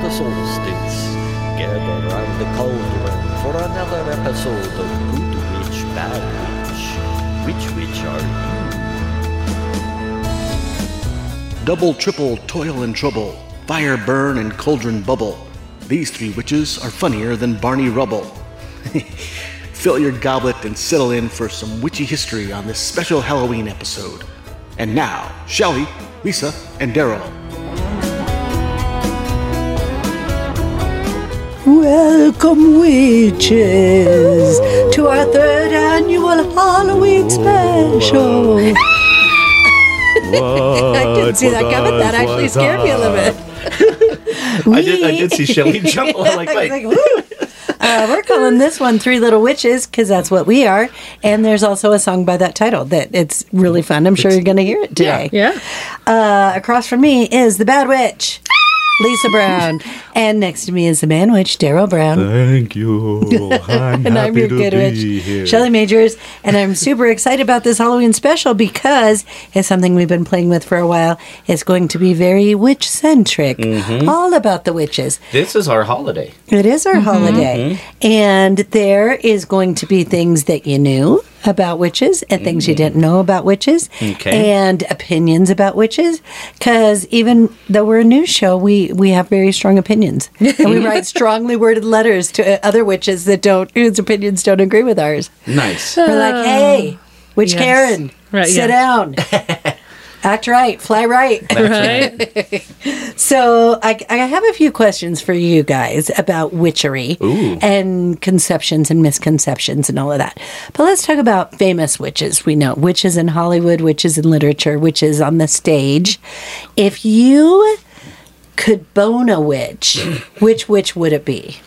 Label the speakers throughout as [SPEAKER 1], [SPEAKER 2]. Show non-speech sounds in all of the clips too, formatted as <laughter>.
[SPEAKER 1] Puzzles Sticks. Gather round the cauldron for another episode of Good Witch, Bad Witch. Which witch are
[SPEAKER 2] Double, triple, toil and trouble, fire burn and cauldron bubble. These three witches are funnier than Barney Rubble. <laughs> Fill your goblet and settle in for some witchy history on this special Halloween episode. And now, Shelly, Lisa, and Daryl.
[SPEAKER 3] Welcome, witches, to our third annual
[SPEAKER 4] <laughs>
[SPEAKER 3] Halloween special. <laughs> I didn't see that coming. That actually scared me a little bit.
[SPEAKER 4] <laughs> I did, I did see
[SPEAKER 1] <laughs>
[SPEAKER 4] Shelly jump. I'm like,
[SPEAKER 3] I was
[SPEAKER 4] wait.
[SPEAKER 3] <laughs> like, "Woo." Uh, we're calling this one Three Little Witches because that's what we are. And there's also a song by that title that it's really fun. I'm sure you're going to hear it today.
[SPEAKER 5] Yeah.
[SPEAKER 3] Uh, across from me is the Bad Witch, Lisa Brown. <laughs> and next to me is the Man Witch, Daryl Brown.
[SPEAKER 4] Thank
[SPEAKER 3] <laughs>
[SPEAKER 4] you. I'm
[SPEAKER 3] and I'm your good witch, Shelly Majors, and I'm super excited about this Halloween special because it's something we've been playing with for a while. It's going to be very witch centric, all about the witches.
[SPEAKER 4] This is our holiday.
[SPEAKER 3] It is our holiday, and there is going to be things that you knew about witches and things you didn't know about witches,
[SPEAKER 4] Okay.
[SPEAKER 3] and opinions about witches. Because even though we're a news show, we we have very strong opinions, and we write strongly worded letters to uh, other witches that don't whose opinions don't agree with ours.
[SPEAKER 4] Nice.
[SPEAKER 3] We're like, hey, witch
[SPEAKER 5] Um, Yes.
[SPEAKER 3] Karen,
[SPEAKER 5] Right,
[SPEAKER 3] sit
[SPEAKER 5] yes. <laughs>
[SPEAKER 3] down. Act right, fly right.
[SPEAKER 5] Right?
[SPEAKER 3] <laughs> So I, I have a few questions for you guys about witchery
[SPEAKER 4] Ooh.
[SPEAKER 3] and conceptions and misconceptions and all of that. But let's talk about famous witches. We know witches in Hollywood, witches in literature, witches on the stage. If you could bone a witch, <clears throat> which witch would it be?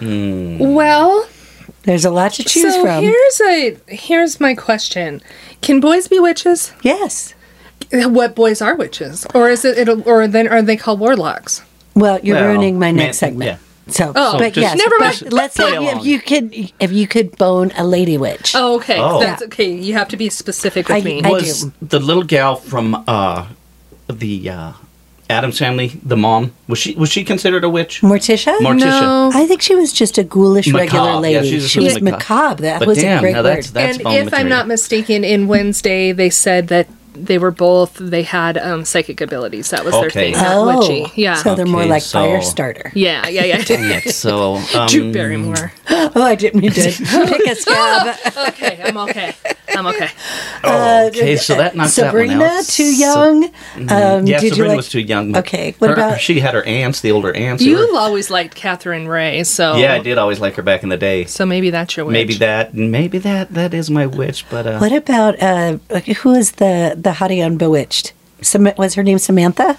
[SPEAKER 5] well,
[SPEAKER 3] There's a lot to choose
[SPEAKER 5] so
[SPEAKER 3] from.
[SPEAKER 5] here's a here's my question: Can boys be witches?
[SPEAKER 3] yes.
[SPEAKER 5] What boys are witches, or is it? It'll, or then are they called warlocks?
[SPEAKER 3] Well, you're
[SPEAKER 4] Well,
[SPEAKER 3] ruining my next
[SPEAKER 4] man-
[SPEAKER 3] segment.
[SPEAKER 4] yeah.
[SPEAKER 3] So,
[SPEAKER 5] Oh,
[SPEAKER 3] but
[SPEAKER 4] just-
[SPEAKER 3] yes,
[SPEAKER 5] never
[SPEAKER 3] but
[SPEAKER 5] mind.
[SPEAKER 3] Let's
[SPEAKER 4] Play
[SPEAKER 3] say if
[SPEAKER 4] along.
[SPEAKER 3] you could, if you could bone a lady witch.
[SPEAKER 5] Oh, okay.
[SPEAKER 4] Oh.
[SPEAKER 5] That's okay. You have to be specific with
[SPEAKER 3] I-
[SPEAKER 5] me.
[SPEAKER 3] I-
[SPEAKER 4] Was the little gal from uh, the uh, Adams family, the mom, was she was she considered a witch?
[SPEAKER 3] Morticia.
[SPEAKER 4] Morticia.
[SPEAKER 5] No.
[SPEAKER 3] I think she was just a ghoulish regular
[SPEAKER 4] Macabre. Yeah,
[SPEAKER 3] lady.
[SPEAKER 4] she's just
[SPEAKER 3] she was
[SPEAKER 4] really
[SPEAKER 3] macabre.
[SPEAKER 4] macabre.
[SPEAKER 3] That
[SPEAKER 4] But
[SPEAKER 3] was a
[SPEAKER 4] damn,
[SPEAKER 3] great
[SPEAKER 4] now
[SPEAKER 3] word.
[SPEAKER 4] that's- that's
[SPEAKER 5] and
[SPEAKER 4] bone
[SPEAKER 5] if I'm
[SPEAKER 4] material.
[SPEAKER 5] not mistaken, in Wednesday they said that they were both they had um, psychic abilities. That was their
[SPEAKER 4] Okay.
[SPEAKER 5] thing. Not witchy. Yeah.
[SPEAKER 3] Oh. So they're more
[SPEAKER 4] Okay,
[SPEAKER 3] like
[SPEAKER 4] so-
[SPEAKER 3] fire starter.
[SPEAKER 5] yeah. Yeah. Yeah.
[SPEAKER 4] Yes, <laughs> so
[SPEAKER 5] Drew
[SPEAKER 4] um,
[SPEAKER 5] Barrymore.
[SPEAKER 3] <laughs> Oh, I
[SPEAKER 4] <laughs>
[SPEAKER 3] didn't mean to pick a scab.
[SPEAKER 5] Okay, I'm okay. I'm okay.
[SPEAKER 4] oh, okay, so that knocks
[SPEAKER 3] Uh, Sabrina,
[SPEAKER 4] that one out. So-
[SPEAKER 3] too young. um,
[SPEAKER 4] yeah,
[SPEAKER 3] did
[SPEAKER 4] Sabrina
[SPEAKER 3] you like?
[SPEAKER 4] was too young. but
[SPEAKER 3] Okay, what
[SPEAKER 4] her-
[SPEAKER 3] about-
[SPEAKER 4] she had her aunts, the older aunts. they
[SPEAKER 5] You
[SPEAKER 4] were-
[SPEAKER 5] always liked Catherine Ray, so
[SPEAKER 4] yeah, I did always like her back in the day.
[SPEAKER 5] So maybe that's your witch.
[SPEAKER 4] Maybe that, maybe that, that is my witch. But uh,
[SPEAKER 3] what about uh, like, who is the the hottie on Bewitched? Sam- was her name Samantha?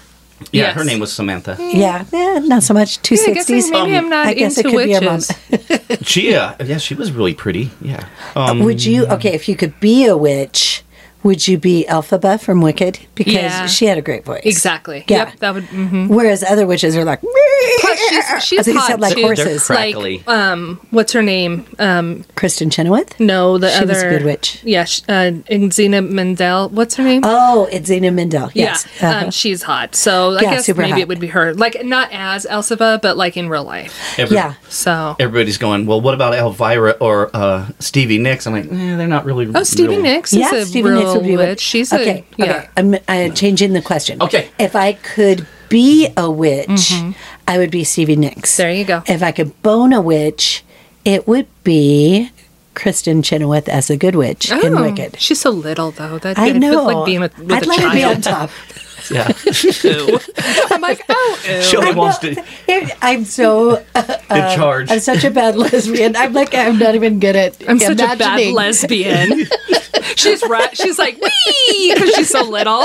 [SPEAKER 4] yeah,
[SPEAKER 5] Yes.
[SPEAKER 4] her name was Samantha.
[SPEAKER 3] Yeah, eh, not so much. Two
[SPEAKER 5] Yeah, I guess I-
[SPEAKER 3] sixties. Um,
[SPEAKER 5] maybe I'm not
[SPEAKER 3] I guess
[SPEAKER 5] into
[SPEAKER 3] it could be a mom.
[SPEAKER 5] witches.
[SPEAKER 4] She, uh, yeah, she was really pretty. Yeah. Um,
[SPEAKER 3] Uh, Would you okay if you could be a witch? Would you be Elphaba from Wicked because
[SPEAKER 5] Yeah.
[SPEAKER 3] she had a great voice?
[SPEAKER 5] Exactly.
[SPEAKER 3] Yeah.
[SPEAKER 5] Yep. That would. Mm-hmm.
[SPEAKER 3] Whereas other witches are like,
[SPEAKER 5] She's, she's
[SPEAKER 3] they
[SPEAKER 5] hot
[SPEAKER 3] sound like
[SPEAKER 5] too.
[SPEAKER 3] horses.
[SPEAKER 4] They're crackly.
[SPEAKER 5] Like, um, what's her name? Um,
[SPEAKER 3] Kristen Chenoweth.
[SPEAKER 5] no, the
[SPEAKER 3] She
[SPEAKER 5] other.
[SPEAKER 3] was a good witch.
[SPEAKER 5] Yeah, sh- uh, and Zena Mendel. What's her name?
[SPEAKER 3] Oh, it's Zena Mendel. Yes.
[SPEAKER 5] Yeah,
[SPEAKER 3] Uh-huh.
[SPEAKER 5] um, she's hot. So I
[SPEAKER 3] Yeah,
[SPEAKER 5] guess
[SPEAKER 3] super
[SPEAKER 5] maybe
[SPEAKER 3] hot.
[SPEAKER 5] it would be her. Like not as Elphaba, but like in real life.
[SPEAKER 4] Every-
[SPEAKER 3] Uh-huh. yeah.
[SPEAKER 5] So
[SPEAKER 4] Everybody's going. Well, what about Elvira or uh, Stevie Nicks? I'm like, eh, they're not really.
[SPEAKER 5] oh, Stevie
[SPEAKER 4] real-
[SPEAKER 5] Nicks is
[SPEAKER 3] Yeah,
[SPEAKER 5] a
[SPEAKER 3] Stevie
[SPEAKER 5] real
[SPEAKER 3] Nicks would be
[SPEAKER 5] witch.
[SPEAKER 3] one.
[SPEAKER 5] She's
[SPEAKER 3] okay.
[SPEAKER 5] a yeah.
[SPEAKER 3] Okay. I'm uh, changing the question.
[SPEAKER 4] Okay.
[SPEAKER 3] If I could be a witch, I would be Stevie Nicks.
[SPEAKER 5] Mm-hmm. There you go.
[SPEAKER 3] If I could bone a witch, it would be Kristen Chenoweth as the good witch in
[SPEAKER 5] Oh,
[SPEAKER 3] Wicked.
[SPEAKER 5] She's so little though. That
[SPEAKER 3] I
[SPEAKER 5] it feels
[SPEAKER 3] know.
[SPEAKER 5] like being with, with
[SPEAKER 3] I'd
[SPEAKER 5] a
[SPEAKER 3] like
[SPEAKER 5] child.
[SPEAKER 3] to be
[SPEAKER 4] <laughs>
[SPEAKER 3] on top.
[SPEAKER 4] Yeah.
[SPEAKER 5] <laughs> I'm like, oh, ew.
[SPEAKER 4] Shelly wants to, to
[SPEAKER 3] I'm so
[SPEAKER 4] <laughs> charge.
[SPEAKER 3] I'm such a bad lesbian. I'm like I'm not even good at
[SPEAKER 5] I'm such a bad
[SPEAKER 3] imagining. <laughs>
[SPEAKER 5] lesbian. she's right. She's like, wee, because she's so little.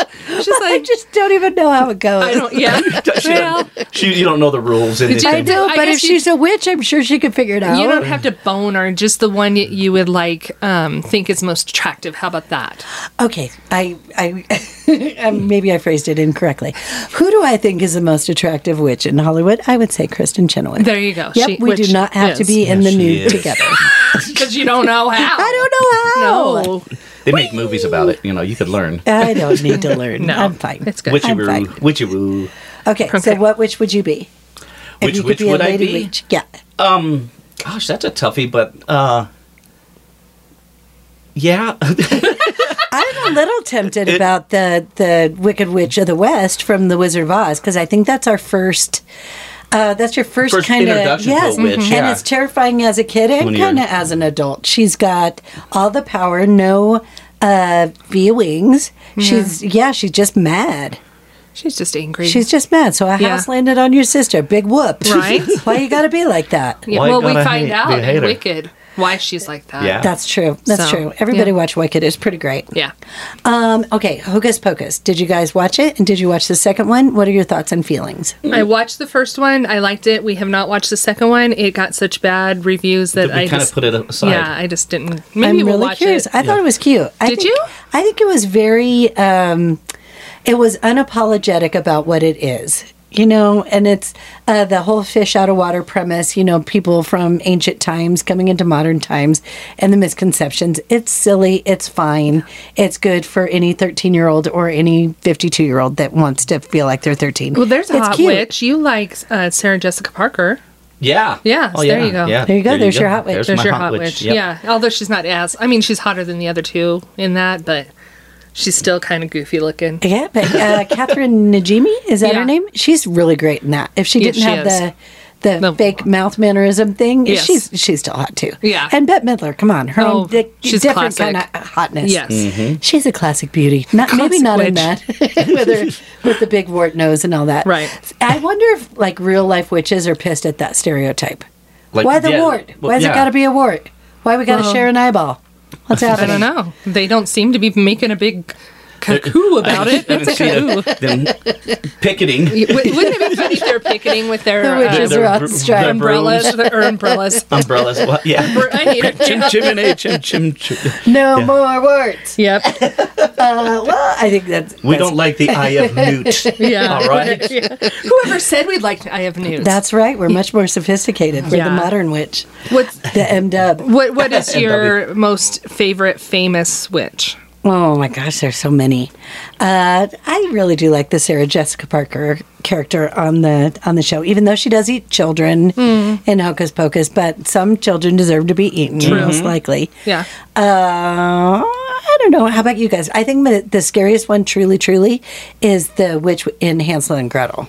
[SPEAKER 3] <laughs>
[SPEAKER 5] She's
[SPEAKER 3] I
[SPEAKER 5] like,
[SPEAKER 3] just don't even know how it goes.
[SPEAKER 5] I
[SPEAKER 3] <laughs>
[SPEAKER 5] don't. Yeah.
[SPEAKER 4] <laughs> she,
[SPEAKER 5] Well,
[SPEAKER 4] she, you don't know the rules. And
[SPEAKER 5] Did you-
[SPEAKER 3] I
[SPEAKER 4] they-
[SPEAKER 3] know,
[SPEAKER 5] I
[SPEAKER 3] but if
[SPEAKER 5] guess you-
[SPEAKER 3] she's a witch, I'm sure she could figure it out.
[SPEAKER 5] you don't have to bone her. Just the one y- you would like um, think is most attractive. How about that? <laughs>
[SPEAKER 3] okay, I, I, <laughs> um, maybe I phrased it incorrectly. Who do I think is the most attractive witch in Hollywood? I would say Kristen Chenoweth.
[SPEAKER 5] There you go.
[SPEAKER 3] Yep,
[SPEAKER 5] She-
[SPEAKER 3] we do
[SPEAKER 5] which
[SPEAKER 3] not have to
[SPEAKER 5] is.
[SPEAKER 3] be in the
[SPEAKER 4] she
[SPEAKER 3] nude
[SPEAKER 4] is.
[SPEAKER 3] together.
[SPEAKER 5] because you don't know how.
[SPEAKER 3] I don't know how.
[SPEAKER 5] No.
[SPEAKER 4] they make movies about it. You know, you could learn.
[SPEAKER 3] I don't need to learn.
[SPEAKER 5] <laughs> No.
[SPEAKER 3] I'm fine.
[SPEAKER 5] It's good.
[SPEAKER 4] Witchy
[SPEAKER 3] I'm
[SPEAKER 4] woo,
[SPEAKER 3] fine.
[SPEAKER 4] witchy woo.
[SPEAKER 3] Okay, so
[SPEAKER 5] Okay.
[SPEAKER 3] what witch would you be? If
[SPEAKER 4] Which
[SPEAKER 3] you could
[SPEAKER 4] witch
[SPEAKER 3] be a
[SPEAKER 4] would I
[SPEAKER 3] lady
[SPEAKER 4] be?
[SPEAKER 3] witch- Yeah.
[SPEAKER 4] Um, gosh, that's a toughie, but uh, yeah, <laughs>
[SPEAKER 3] I'm a little tempted about the the Wicked Witch of the West from The Wizard of Oz because I think that's our first. Uh, that's your first,
[SPEAKER 4] First
[SPEAKER 3] kind of
[SPEAKER 4] introduction to a
[SPEAKER 3] yes,
[SPEAKER 4] witch,
[SPEAKER 3] and
[SPEAKER 4] yeah.
[SPEAKER 3] it's terrifying as a kid and
[SPEAKER 4] When you're-
[SPEAKER 3] kind of as an adult. She's got all the power, no uh, feelings. She's yeah, she's just mad.
[SPEAKER 5] She's just angry.
[SPEAKER 3] She's just mad. So a
[SPEAKER 5] Yeah.
[SPEAKER 3] house landed on your sister. Big whoop.
[SPEAKER 5] Right?
[SPEAKER 3] <laughs> Why you gotta be like that?
[SPEAKER 5] Yeah,
[SPEAKER 4] Why
[SPEAKER 5] well, we
[SPEAKER 4] gotta
[SPEAKER 5] find
[SPEAKER 4] hate-
[SPEAKER 5] out
[SPEAKER 4] be a
[SPEAKER 5] in
[SPEAKER 4] hater?
[SPEAKER 5] Wicked why she's like that.
[SPEAKER 4] Yeah.
[SPEAKER 3] That's true. That's
[SPEAKER 5] So,
[SPEAKER 3] true. Everybody
[SPEAKER 5] yeah.
[SPEAKER 3] watch Wicked. It's pretty great.
[SPEAKER 5] Yeah.
[SPEAKER 3] Um, okay, Hocus Pocus. Did you guys watch it? And did you watch the second one? What are your thoughts and feelings?
[SPEAKER 5] I watched the first one. I liked it. We have not watched the second one. It got such bad reviews that
[SPEAKER 4] we
[SPEAKER 5] I
[SPEAKER 4] kind
[SPEAKER 5] just
[SPEAKER 4] of put it aside.
[SPEAKER 5] yeah, I just didn't. Maybe
[SPEAKER 3] I'm
[SPEAKER 5] we'll
[SPEAKER 3] really
[SPEAKER 5] watch
[SPEAKER 3] curious.
[SPEAKER 5] it.
[SPEAKER 3] I thought it was cute. I
[SPEAKER 5] Did
[SPEAKER 3] think,
[SPEAKER 5] you?
[SPEAKER 3] I think it was very. Um, it was unapologetic about what it is. You know, and it's uh, the whole fish out of water premise, you know, people from ancient times coming into modern times and the misconceptions. It's silly. It's fine. It's good for any 13 year old or any 52 year old that wants to feel like they're 13.
[SPEAKER 5] Well, there's a
[SPEAKER 3] It's
[SPEAKER 5] hot
[SPEAKER 3] cute.
[SPEAKER 5] witch. You like uh, Sarah Jessica Parker.
[SPEAKER 4] yeah,
[SPEAKER 5] Yeah,
[SPEAKER 4] Oh,
[SPEAKER 5] there you go.
[SPEAKER 3] There you go. There's your hot witch.
[SPEAKER 5] There's
[SPEAKER 4] my
[SPEAKER 5] your hot, witch.
[SPEAKER 4] Yep.
[SPEAKER 5] Yeah. Although she's not as, I mean, she's hotter than the other two in that, but she's still kind of goofy looking.
[SPEAKER 3] Yeah, but
[SPEAKER 5] <laughs>
[SPEAKER 3] uh, Catherine Najimy is that her
[SPEAKER 5] Yeah.
[SPEAKER 3] name? She's really great in that. If she
[SPEAKER 5] Yeah,
[SPEAKER 3] didn't
[SPEAKER 5] she
[SPEAKER 3] have
[SPEAKER 5] is.
[SPEAKER 3] the the
[SPEAKER 5] No.
[SPEAKER 3] fake mouth mannerism thing,
[SPEAKER 5] Yes.
[SPEAKER 3] she's she's still hot too.
[SPEAKER 5] Yeah.
[SPEAKER 3] and Bette Midler, come on, her
[SPEAKER 5] Oh,
[SPEAKER 3] own di-
[SPEAKER 5] she's
[SPEAKER 3] different
[SPEAKER 5] classic.
[SPEAKER 3] kind of hotness.
[SPEAKER 5] Yes.
[SPEAKER 4] Mm-hmm.
[SPEAKER 3] she's a classic beauty. Not maybe
[SPEAKER 5] Classic
[SPEAKER 3] not in
[SPEAKER 5] witch.
[SPEAKER 3] that <laughs> with her with the big wart nose and all that.
[SPEAKER 5] Right.
[SPEAKER 3] I wonder if like real life witches are pissed at that stereotype.
[SPEAKER 4] Like,
[SPEAKER 3] Why the
[SPEAKER 4] yeah,
[SPEAKER 3] wart?
[SPEAKER 4] well,
[SPEAKER 3] Why's
[SPEAKER 4] yeah.
[SPEAKER 3] it got to be a wart? Why we got to
[SPEAKER 5] Well-
[SPEAKER 3] share an eyeball? What's
[SPEAKER 5] I
[SPEAKER 3] happening?
[SPEAKER 5] don't know. They don't seem to be making a big
[SPEAKER 4] <laughs>
[SPEAKER 5] cuckoo about it.
[SPEAKER 4] I
[SPEAKER 5] It's a
[SPEAKER 4] haven't seen
[SPEAKER 5] cuckoo.
[SPEAKER 4] it.
[SPEAKER 3] <laughs>
[SPEAKER 4] Them picketing.
[SPEAKER 5] Wou- Wouldn't it be funny if they're picketing with their
[SPEAKER 3] The
[SPEAKER 5] uh,
[SPEAKER 3] witches are
[SPEAKER 4] They're
[SPEAKER 3] on
[SPEAKER 4] br-
[SPEAKER 3] strike.
[SPEAKER 4] they're br-
[SPEAKER 5] umbrellas? Their
[SPEAKER 3] <laughs>
[SPEAKER 5] umbrellas.
[SPEAKER 3] Um,
[SPEAKER 4] Umbrellas. What? Yeah.
[SPEAKER 5] I need a
[SPEAKER 4] chim chimney, chim chim chim.
[SPEAKER 3] No more warts.
[SPEAKER 5] Yep.
[SPEAKER 3] Uh, well, I think that's
[SPEAKER 4] We
[SPEAKER 3] that's-
[SPEAKER 4] don't like the eye
[SPEAKER 3] <laughs>
[SPEAKER 4] of newt.
[SPEAKER 5] Yeah.
[SPEAKER 4] All right.
[SPEAKER 5] Yeah. Whoever said we'd like to, I have news.
[SPEAKER 3] That's right. We're much more sophisticated. We're
[SPEAKER 5] Yeah.
[SPEAKER 3] the modern witch,
[SPEAKER 5] what's
[SPEAKER 3] the M Dub.
[SPEAKER 5] what
[SPEAKER 4] <laughs>
[SPEAKER 5] what is your most favorite famous witch?
[SPEAKER 3] Oh my gosh, there's so many. Uh, I really do like the Sarah Jessica Parker character on the on the show, even though she does eat children
[SPEAKER 5] Mm-hmm.
[SPEAKER 3] in Hocus Pocus. But some children deserve to be eaten, most likely.
[SPEAKER 5] Yeah.
[SPEAKER 3] Uh, I don't know. How about you guys? I think the, the scariest one, truly, truly, is the witch in Hansel and Gretel.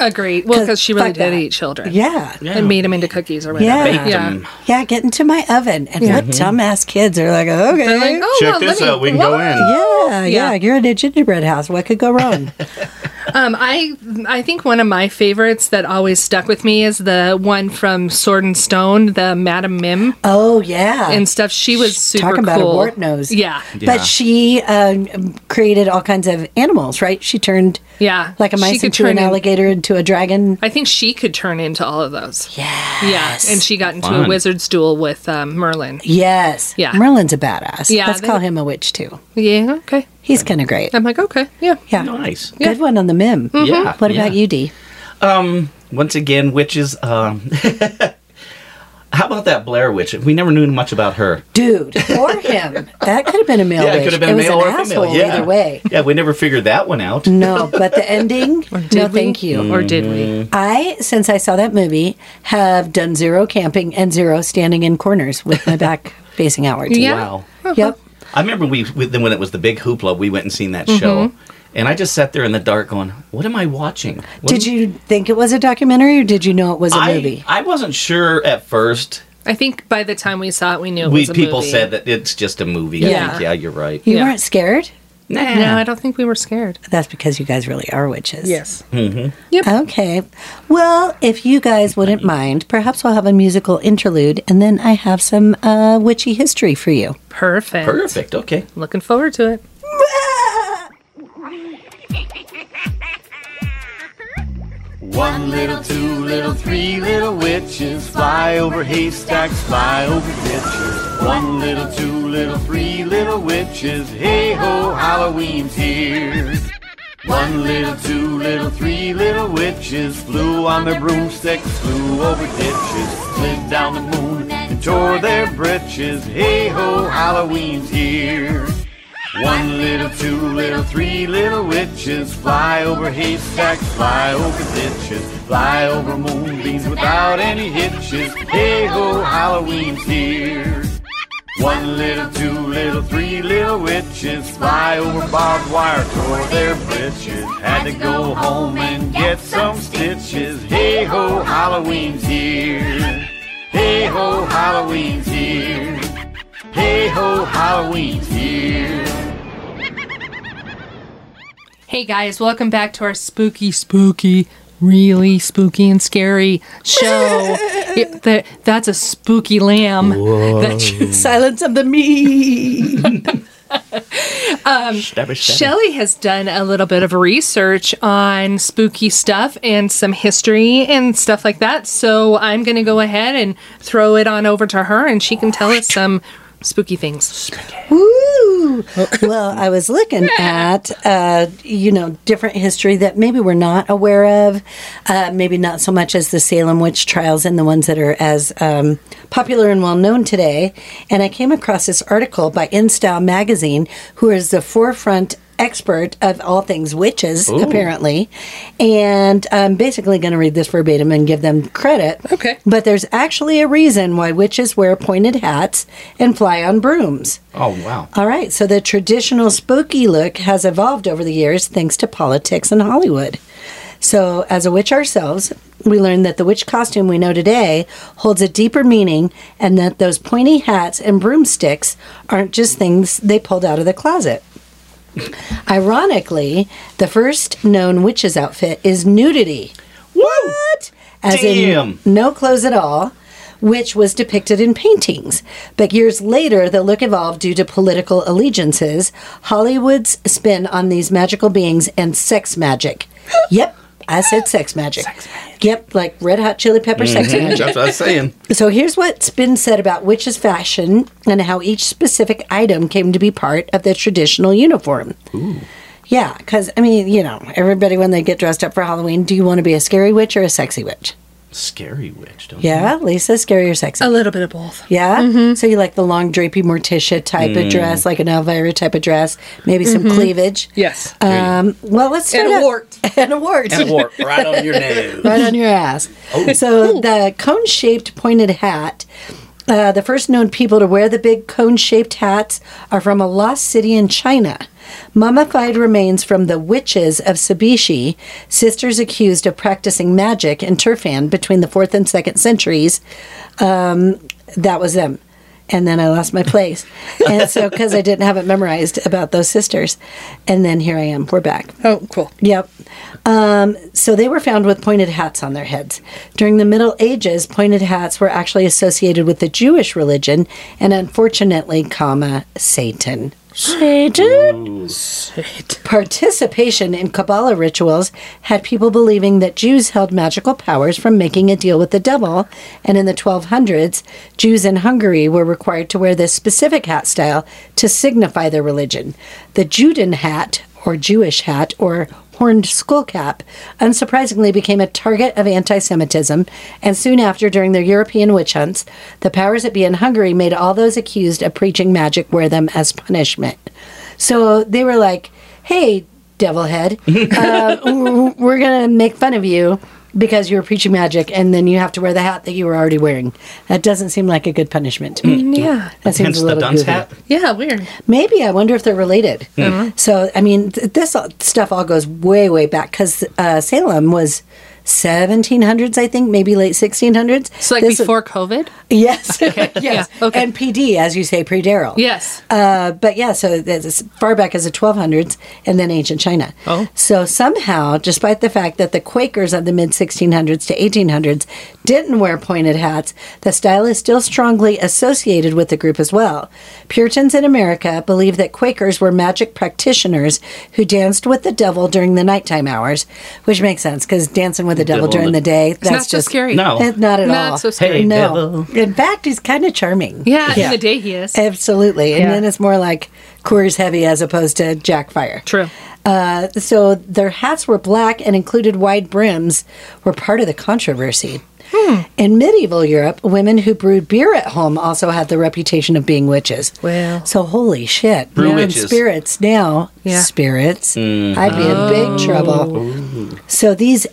[SPEAKER 5] Agreed. Well,
[SPEAKER 3] 'Cause
[SPEAKER 5] because she really
[SPEAKER 3] fuck
[SPEAKER 5] did
[SPEAKER 3] that.
[SPEAKER 5] eat children.
[SPEAKER 3] Yeah.
[SPEAKER 5] And made them into cookies or whatever.
[SPEAKER 3] Yeah.
[SPEAKER 4] Baked
[SPEAKER 5] yeah.
[SPEAKER 4] 'em.
[SPEAKER 3] Yeah, get into my oven. And what dumbass kids are like, okay.
[SPEAKER 5] Mm-hmm. They're like, oh,
[SPEAKER 4] Check
[SPEAKER 5] well,
[SPEAKER 4] this
[SPEAKER 5] let me,
[SPEAKER 4] out. We can go
[SPEAKER 5] whoa."
[SPEAKER 4] in.
[SPEAKER 3] Yeah, yeah,
[SPEAKER 5] Yeah.
[SPEAKER 3] You're in a gingerbread house. What could go
[SPEAKER 5] <laughs>
[SPEAKER 3] wrong?
[SPEAKER 5] Um, I I think one of my favorites that always stuck with me is the one from Sword and Stone, the Madam Mim
[SPEAKER 3] oh yeah.
[SPEAKER 5] and stuff. She was super
[SPEAKER 3] Talking about
[SPEAKER 5] cool.
[SPEAKER 3] a wart nose.
[SPEAKER 5] Yeah.
[SPEAKER 4] Yeah.
[SPEAKER 3] But she um, created all kinds of animals, right? She turned
[SPEAKER 5] Yeah.
[SPEAKER 3] like a
[SPEAKER 5] She
[SPEAKER 3] mice
[SPEAKER 5] could
[SPEAKER 3] into an
[SPEAKER 5] turn in-
[SPEAKER 3] alligator into a dragon.
[SPEAKER 5] I think she could turn into all of those.
[SPEAKER 3] Yes.
[SPEAKER 5] Yeah. And she got into
[SPEAKER 4] Fun.
[SPEAKER 5] a wizard's duel with um, Merlin.
[SPEAKER 3] Yes.
[SPEAKER 5] Yeah.
[SPEAKER 3] Merlin's a badass.
[SPEAKER 5] Yeah,
[SPEAKER 3] Let's
[SPEAKER 5] they- Oh.
[SPEAKER 3] call him a witch too.
[SPEAKER 5] Yeah. Okay.
[SPEAKER 3] He's kind of great.
[SPEAKER 5] I'm like, okay. Yeah.
[SPEAKER 3] Yeah.
[SPEAKER 4] Nice.
[SPEAKER 3] Good one on the mim.
[SPEAKER 5] Mm-hmm.
[SPEAKER 4] Yeah,
[SPEAKER 3] Mm-hmm. What about
[SPEAKER 4] yeah.
[SPEAKER 3] you, Dee?
[SPEAKER 4] Once again, witches. Um, <laughs> how about that Blair witch? We never knew much about her.
[SPEAKER 3] Dude, <laughs> or him. That could have been a male
[SPEAKER 4] yeah,
[SPEAKER 3] witch.
[SPEAKER 4] it could have been a
[SPEAKER 3] was
[SPEAKER 4] male
[SPEAKER 3] an
[SPEAKER 4] or a
[SPEAKER 3] asshole
[SPEAKER 4] female. Yeah.
[SPEAKER 3] either way. Mm-hmm.
[SPEAKER 4] Yeah, we never figured that one out.
[SPEAKER 3] No, but the
[SPEAKER 5] <laughs>
[SPEAKER 3] ending. no, thank you.
[SPEAKER 5] Or did
[SPEAKER 4] Mm-hmm.
[SPEAKER 5] we?
[SPEAKER 3] I, since I saw that movie, have done zero camping and zero standing in corners with my <laughs> back facing outward.
[SPEAKER 5] Yeah.
[SPEAKER 4] Wow.
[SPEAKER 3] Yep.
[SPEAKER 4] I remember we we- then when it was the big hoopla, we went and seen that show, and I just sat there in the dark going, "What am I watching?" What
[SPEAKER 3] Did
[SPEAKER 4] am-
[SPEAKER 3] you think it was a documentary or did you know it was a
[SPEAKER 4] I,
[SPEAKER 3] movie?
[SPEAKER 4] I wasn't sure at first.
[SPEAKER 5] I think by the time we saw it, we knew it
[SPEAKER 4] We
[SPEAKER 5] was a
[SPEAKER 4] people
[SPEAKER 5] movie.
[SPEAKER 4] said that it's just a movie. I
[SPEAKER 5] Yeah.
[SPEAKER 4] think, yeah, you're right.
[SPEAKER 3] You
[SPEAKER 5] yeah.
[SPEAKER 3] weren't scared?
[SPEAKER 4] Nah.
[SPEAKER 5] No, I don't think we were scared.
[SPEAKER 3] That's because you guys really are witches.
[SPEAKER 5] Yep.
[SPEAKER 3] Okay. Well, if you guys wouldn't mind, perhaps we'll have a musical interlude and then I have some uh, witchy history for you.
[SPEAKER 5] Perfect.
[SPEAKER 4] Perfect. Okay.
[SPEAKER 5] Looking forward to it.
[SPEAKER 6] <laughs> One little, two little, three little witches fly over haystacks, fly over ditches. One little, two little, three little witches, hey ho, Halloween's here. One little, two little, three little witches flew on their broomsticks, flew over ditches, slid down the moon and tore their britches, hey ho, Halloween's here. One little, two little, three little witches fly over haystacks, fly over ditches, fly over moonbeams without any hitches. Hey ho, Halloween's here. One little, two little, three little witches fly over barbed wire, tore their britches. Had to go home and get some stitches. Hey ho, Halloween's here. Hey ho, Halloween's here. Hey ho, Halloween's here.
[SPEAKER 5] Hey guys, welcome back to our spooky, spooky, really spooky and <laughs> scary show. It- that- that's a spooky lamb. That
[SPEAKER 3] <laughs>
[SPEAKER 5] you-
[SPEAKER 3] Silence of the me.
[SPEAKER 4] Stabby, stabby.
[SPEAKER 5] Shelly has done a little bit of research on spooky stuff and some history and stuff like that. So I'm going to go ahead and throw it on over to her and she can tell us some spooky things.
[SPEAKER 3] Ooh. Well, I was looking at, uh, you know, different history that maybe we're not aware of. Uh, maybe not so much as the Salem witch trials and the ones that are as um, popular and well known today. And I came across this article by InStyle magazine, who is the forefront expert of all things witches, apparently. And I'm basically going to read this verbatim and give them credit.
[SPEAKER 5] Okay.
[SPEAKER 3] But there's actually a reason why witches wear pointed hats and fly on brooms.
[SPEAKER 4] Oh wow.
[SPEAKER 3] All right, so the traditional spooky look has evolved over the years thanks to politics and Hollywood. So, as a witch ourselves, we learned that the witch costume we know today holds a deeper meaning and that those pointy hats and broomsticks aren't just things they pulled out of the closet. Ironically, the first known witch's outfit is nudity
[SPEAKER 4] What?
[SPEAKER 3] as
[SPEAKER 4] Damn.
[SPEAKER 3] in no clothes at all, which was depicted in paintings. But years later, the look evolved due to political allegiances, Hollywood's spin on these magical beings, and sex <gasps> magic. yep, I said sex magic. Mm-hmm. Yep, like red hot chili pepper sex magic.
[SPEAKER 4] That's what I was saying.
[SPEAKER 3] So here's what's been said about witches' fashion and how each specific item came to be part of the traditional uniform. Yeah, because, I mean, you know, everybody when they get dressed up for Halloween, do you want to be a scary witch or a sexy witch?
[SPEAKER 4] Scary witch. Don't
[SPEAKER 3] Yeah, Lisa, scary or sexy?
[SPEAKER 5] A little bit of both.
[SPEAKER 3] yeah.
[SPEAKER 5] Mm-hmm.
[SPEAKER 3] So you like the long drapey Morticia type of dress, like an Elvira type of dress, maybe some cleavage.
[SPEAKER 5] Yes.
[SPEAKER 3] Um, well, let's start
[SPEAKER 5] Mm-hmm. And a
[SPEAKER 3] out-
[SPEAKER 5] wart.
[SPEAKER 3] <laughs> and a wart.
[SPEAKER 4] You? Warp right on your nose.
[SPEAKER 3] <laughs> right on your ass. So the cone-shaped pointed hat. Uh, the first known people to wear the big cone-shaped hats are from a lost city in China. Mummified remains from the witches of Sabishi, sisters accused of practicing magic in Turfan between the fourth and second centuries. Um, that was them. And then I lost my place. And
[SPEAKER 5] <laughs>
[SPEAKER 3] so, because I didn't have it memorized about those sisters. And then here I am. We're back.
[SPEAKER 5] Oh, cool.
[SPEAKER 3] Yep. Um, so they were found with pointed hats on their heads. During the Middle Ages, pointed hats were actually associated with the Jewish religion and unfortunately, comma, Satan. Satan? Participation in Kabbalah rituals had people believing that Jews held magical powers from making a deal with the devil, and in the 1200s, Jews in Hungary were required to wear this specific hat style to signify their religion. The Juden hat, or Jewish hat, or horned skullcap, unsurprisingly became a target of anti Semitism, and soon after, during their European witch hunts, the powers that be in Hungary made all those accused of preaching magic wear them as punishment. So they were like, hey,
[SPEAKER 4] <laughs>
[SPEAKER 3] devil head, uh, w- we're going to make fun of you because you were preaching magic and then you have to wear the hat that you were already wearing. That doesn't seem like a good punishment to me.
[SPEAKER 5] Yeah.
[SPEAKER 3] That seems
[SPEAKER 4] Hmm. Hence
[SPEAKER 3] a
[SPEAKER 4] the
[SPEAKER 3] little
[SPEAKER 4] dunce
[SPEAKER 3] goofy.
[SPEAKER 4] hat. Hmm.
[SPEAKER 5] Yeah, weird.
[SPEAKER 3] Maybe I wonder if they're related.
[SPEAKER 5] Uh-huh.
[SPEAKER 3] So I mean, th- this all- stuff all goes way, way back because uh, Salem was 1700s, I think, maybe late 1600s.
[SPEAKER 5] So, like
[SPEAKER 3] This-
[SPEAKER 5] before COVID?
[SPEAKER 3] <laughs> yes, <laughs> yes,
[SPEAKER 5] Yeah, okay.
[SPEAKER 3] and PD, as you say, pre Daryl.
[SPEAKER 5] Yes.
[SPEAKER 3] Uh, but yeah, so that's as far back as the 1200s and then ancient China.
[SPEAKER 5] Oh.
[SPEAKER 3] So somehow, despite the fact that the Quakers of the mid 1600s to 1800s didn't wear pointed hats, the style is still strongly associated with the group as well. Puritans in America believed that Quakers were magic practitioners who danced with the devil during the nighttime hours, which makes sense because dancing with the devil,
[SPEAKER 4] Devil
[SPEAKER 3] during
[SPEAKER 4] in
[SPEAKER 3] the
[SPEAKER 4] the-
[SPEAKER 3] day, that's
[SPEAKER 5] not so
[SPEAKER 3] just
[SPEAKER 5] scary.
[SPEAKER 4] No.
[SPEAKER 3] It's not at all.
[SPEAKER 5] Not so scary.
[SPEAKER 4] Hey,
[SPEAKER 3] no.
[SPEAKER 4] devil.
[SPEAKER 3] In fact, he's kind of charming.
[SPEAKER 5] Yeah, in the day he is.
[SPEAKER 3] Absolutely. And
[SPEAKER 5] Yeah.
[SPEAKER 3] then it's more like Coors Heavy as opposed to Jack Fire.
[SPEAKER 5] True.
[SPEAKER 3] Uh, so their hats were black and included wide brims, were part of the controversy.
[SPEAKER 5] Hmm.
[SPEAKER 3] In medieval Europe, women who brewed beer at home also had the reputation of being witches.
[SPEAKER 5] Well.
[SPEAKER 3] so holy shit,
[SPEAKER 4] Brew
[SPEAKER 3] We're in
[SPEAKER 4] witches. Mm-hmm.
[SPEAKER 3] spirits now.
[SPEAKER 5] Yeah. Oh.
[SPEAKER 3] Spirits, I'd be in big trouble. So these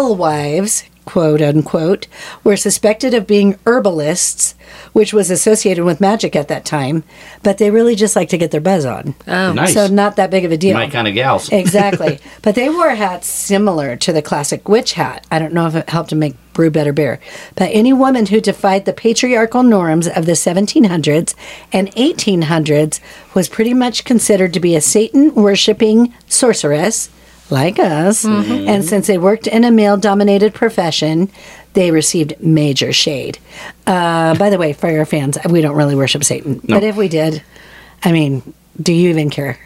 [SPEAKER 3] alewives, quote unquote, were suspected of being herbalists, which was associated with magic at that time. But they really just like to get their buzz on.
[SPEAKER 5] Oh.
[SPEAKER 4] nice.
[SPEAKER 3] So not that big of a deal.
[SPEAKER 4] My kind of gals.
[SPEAKER 3] Exactly. but they wore hats similar to the classic witch hat. I don't know if it helped to make brew better beer. But any woman who defied the patriarchal norms of the 1700s and 1800s was pretty much considered to be a Satan worshipping sorceress like us. And since they worked in a male dominated profession, they received major shade. Uh, by the way, for your fans, we don't really worship Satan. But if we did, I mean, do you even care?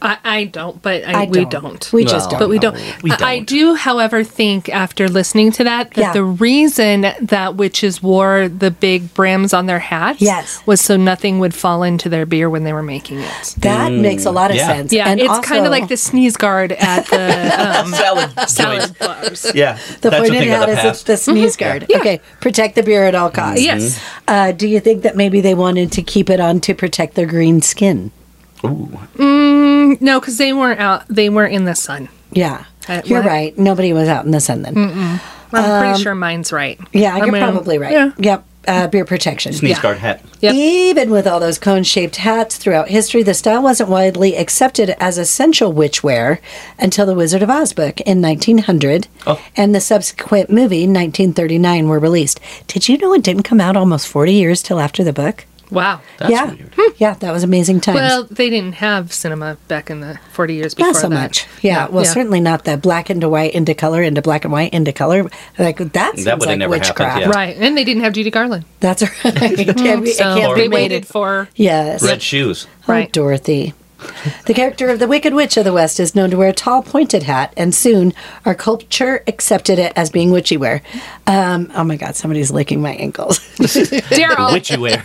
[SPEAKER 5] I, I don't, but
[SPEAKER 3] I
[SPEAKER 5] I, we
[SPEAKER 3] don't.
[SPEAKER 5] don't.
[SPEAKER 3] We just don't.
[SPEAKER 5] But we don't.
[SPEAKER 4] We
[SPEAKER 5] I- I
[SPEAKER 4] don't.
[SPEAKER 5] do, however, think after listening to that that
[SPEAKER 3] Yeah.
[SPEAKER 5] the reason that witches wore the big brims on their hats
[SPEAKER 3] Yes.
[SPEAKER 5] was so nothing would fall into their beer when they were making it.
[SPEAKER 3] That makes a lot of
[SPEAKER 4] Mm. yeah.
[SPEAKER 3] sense.
[SPEAKER 5] Yeah,
[SPEAKER 3] and
[SPEAKER 5] it's
[SPEAKER 3] also
[SPEAKER 5] kind of like the sneeze guard
[SPEAKER 3] <laughs>
[SPEAKER 5] at the
[SPEAKER 4] <laughs>
[SPEAKER 5] um,
[SPEAKER 4] Salad. joints.
[SPEAKER 5] salad bars.
[SPEAKER 4] Yeah.
[SPEAKER 3] the
[SPEAKER 4] that's a
[SPEAKER 3] pointed
[SPEAKER 4] thing of
[SPEAKER 3] hat
[SPEAKER 4] the
[SPEAKER 3] is it's
[SPEAKER 4] past.
[SPEAKER 3] the sneeze guard. Okay, protect the beer at all costs.
[SPEAKER 5] Mm-hmm. Yes.
[SPEAKER 3] Uh, do you think that maybe they wanted to keep it on to protect their green skin?
[SPEAKER 5] No, because they weren't out. They weren't in the sun.
[SPEAKER 3] Yeah,
[SPEAKER 5] Uh,
[SPEAKER 3] you're
[SPEAKER 5] what?
[SPEAKER 3] right. Nobody was out in the sun then.
[SPEAKER 5] I'm pretty sure mine's right.
[SPEAKER 3] Um, Yeah, you're
[SPEAKER 5] I mean,
[SPEAKER 3] probably right.
[SPEAKER 5] yeah.
[SPEAKER 3] Yep. Uh, beer protection.
[SPEAKER 4] Sneeze
[SPEAKER 5] Yeah.
[SPEAKER 4] guard hat.
[SPEAKER 5] Yep.
[SPEAKER 3] Even with all those cone shaped hats throughout history, the style wasn't widely accepted as essential witchwear until the Wizard of Oz book in 1900
[SPEAKER 4] Oh.
[SPEAKER 3] and the subsequent movie 1939 were released. Did you know it didn't come out almost 40 years till after the book?
[SPEAKER 5] Wow.
[SPEAKER 4] That's
[SPEAKER 3] yeah. Hmm.
[SPEAKER 4] weird.
[SPEAKER 3] Yeah, that was amazing times.
[SPEAKER 5] Well, they didn't have cinema back in the 40 years before
[SPEAKER 3] not so
[SPEAKER 5] that.
[SPEAKER 3] much. Yeah, well, certainly not the black into white into color into black and white into color. Like that sounds
[SPEAKER 4] would've
[SPEAKER 3] like
[SPEAKER 4] never happened,
[SPEAKER 3] witchcraft.
[SPEAKER 4] yeah.
[SPEAKER 5] Right, and they didn't have Judy Garland.
[SPEAKER 3] That's <laughs> right. It can't be- it
[SPEAKER 5] So
[SPEAKER 3] can't be
[SPEAKER 5] they
[SPEAKER 3] made.
[SPEAKER 5] waited for
[SPEAKER 3] Yes.
[SPEAKER 4] Red shoes.
[SPEAKER 3] Oh,
[SPEAKER 5] Right.
[SPEAKER 3] Dorothy. The character of the Wicked Witch of the West is known to wear a tall pointed hat, and soon our culture accepted it as being witchy wear. Um, oh my God, somebody's licking my ankles. <laughs> Oh.
[SPEAKER 5] Daryl.
[SPEAKER 4] Witchy wear.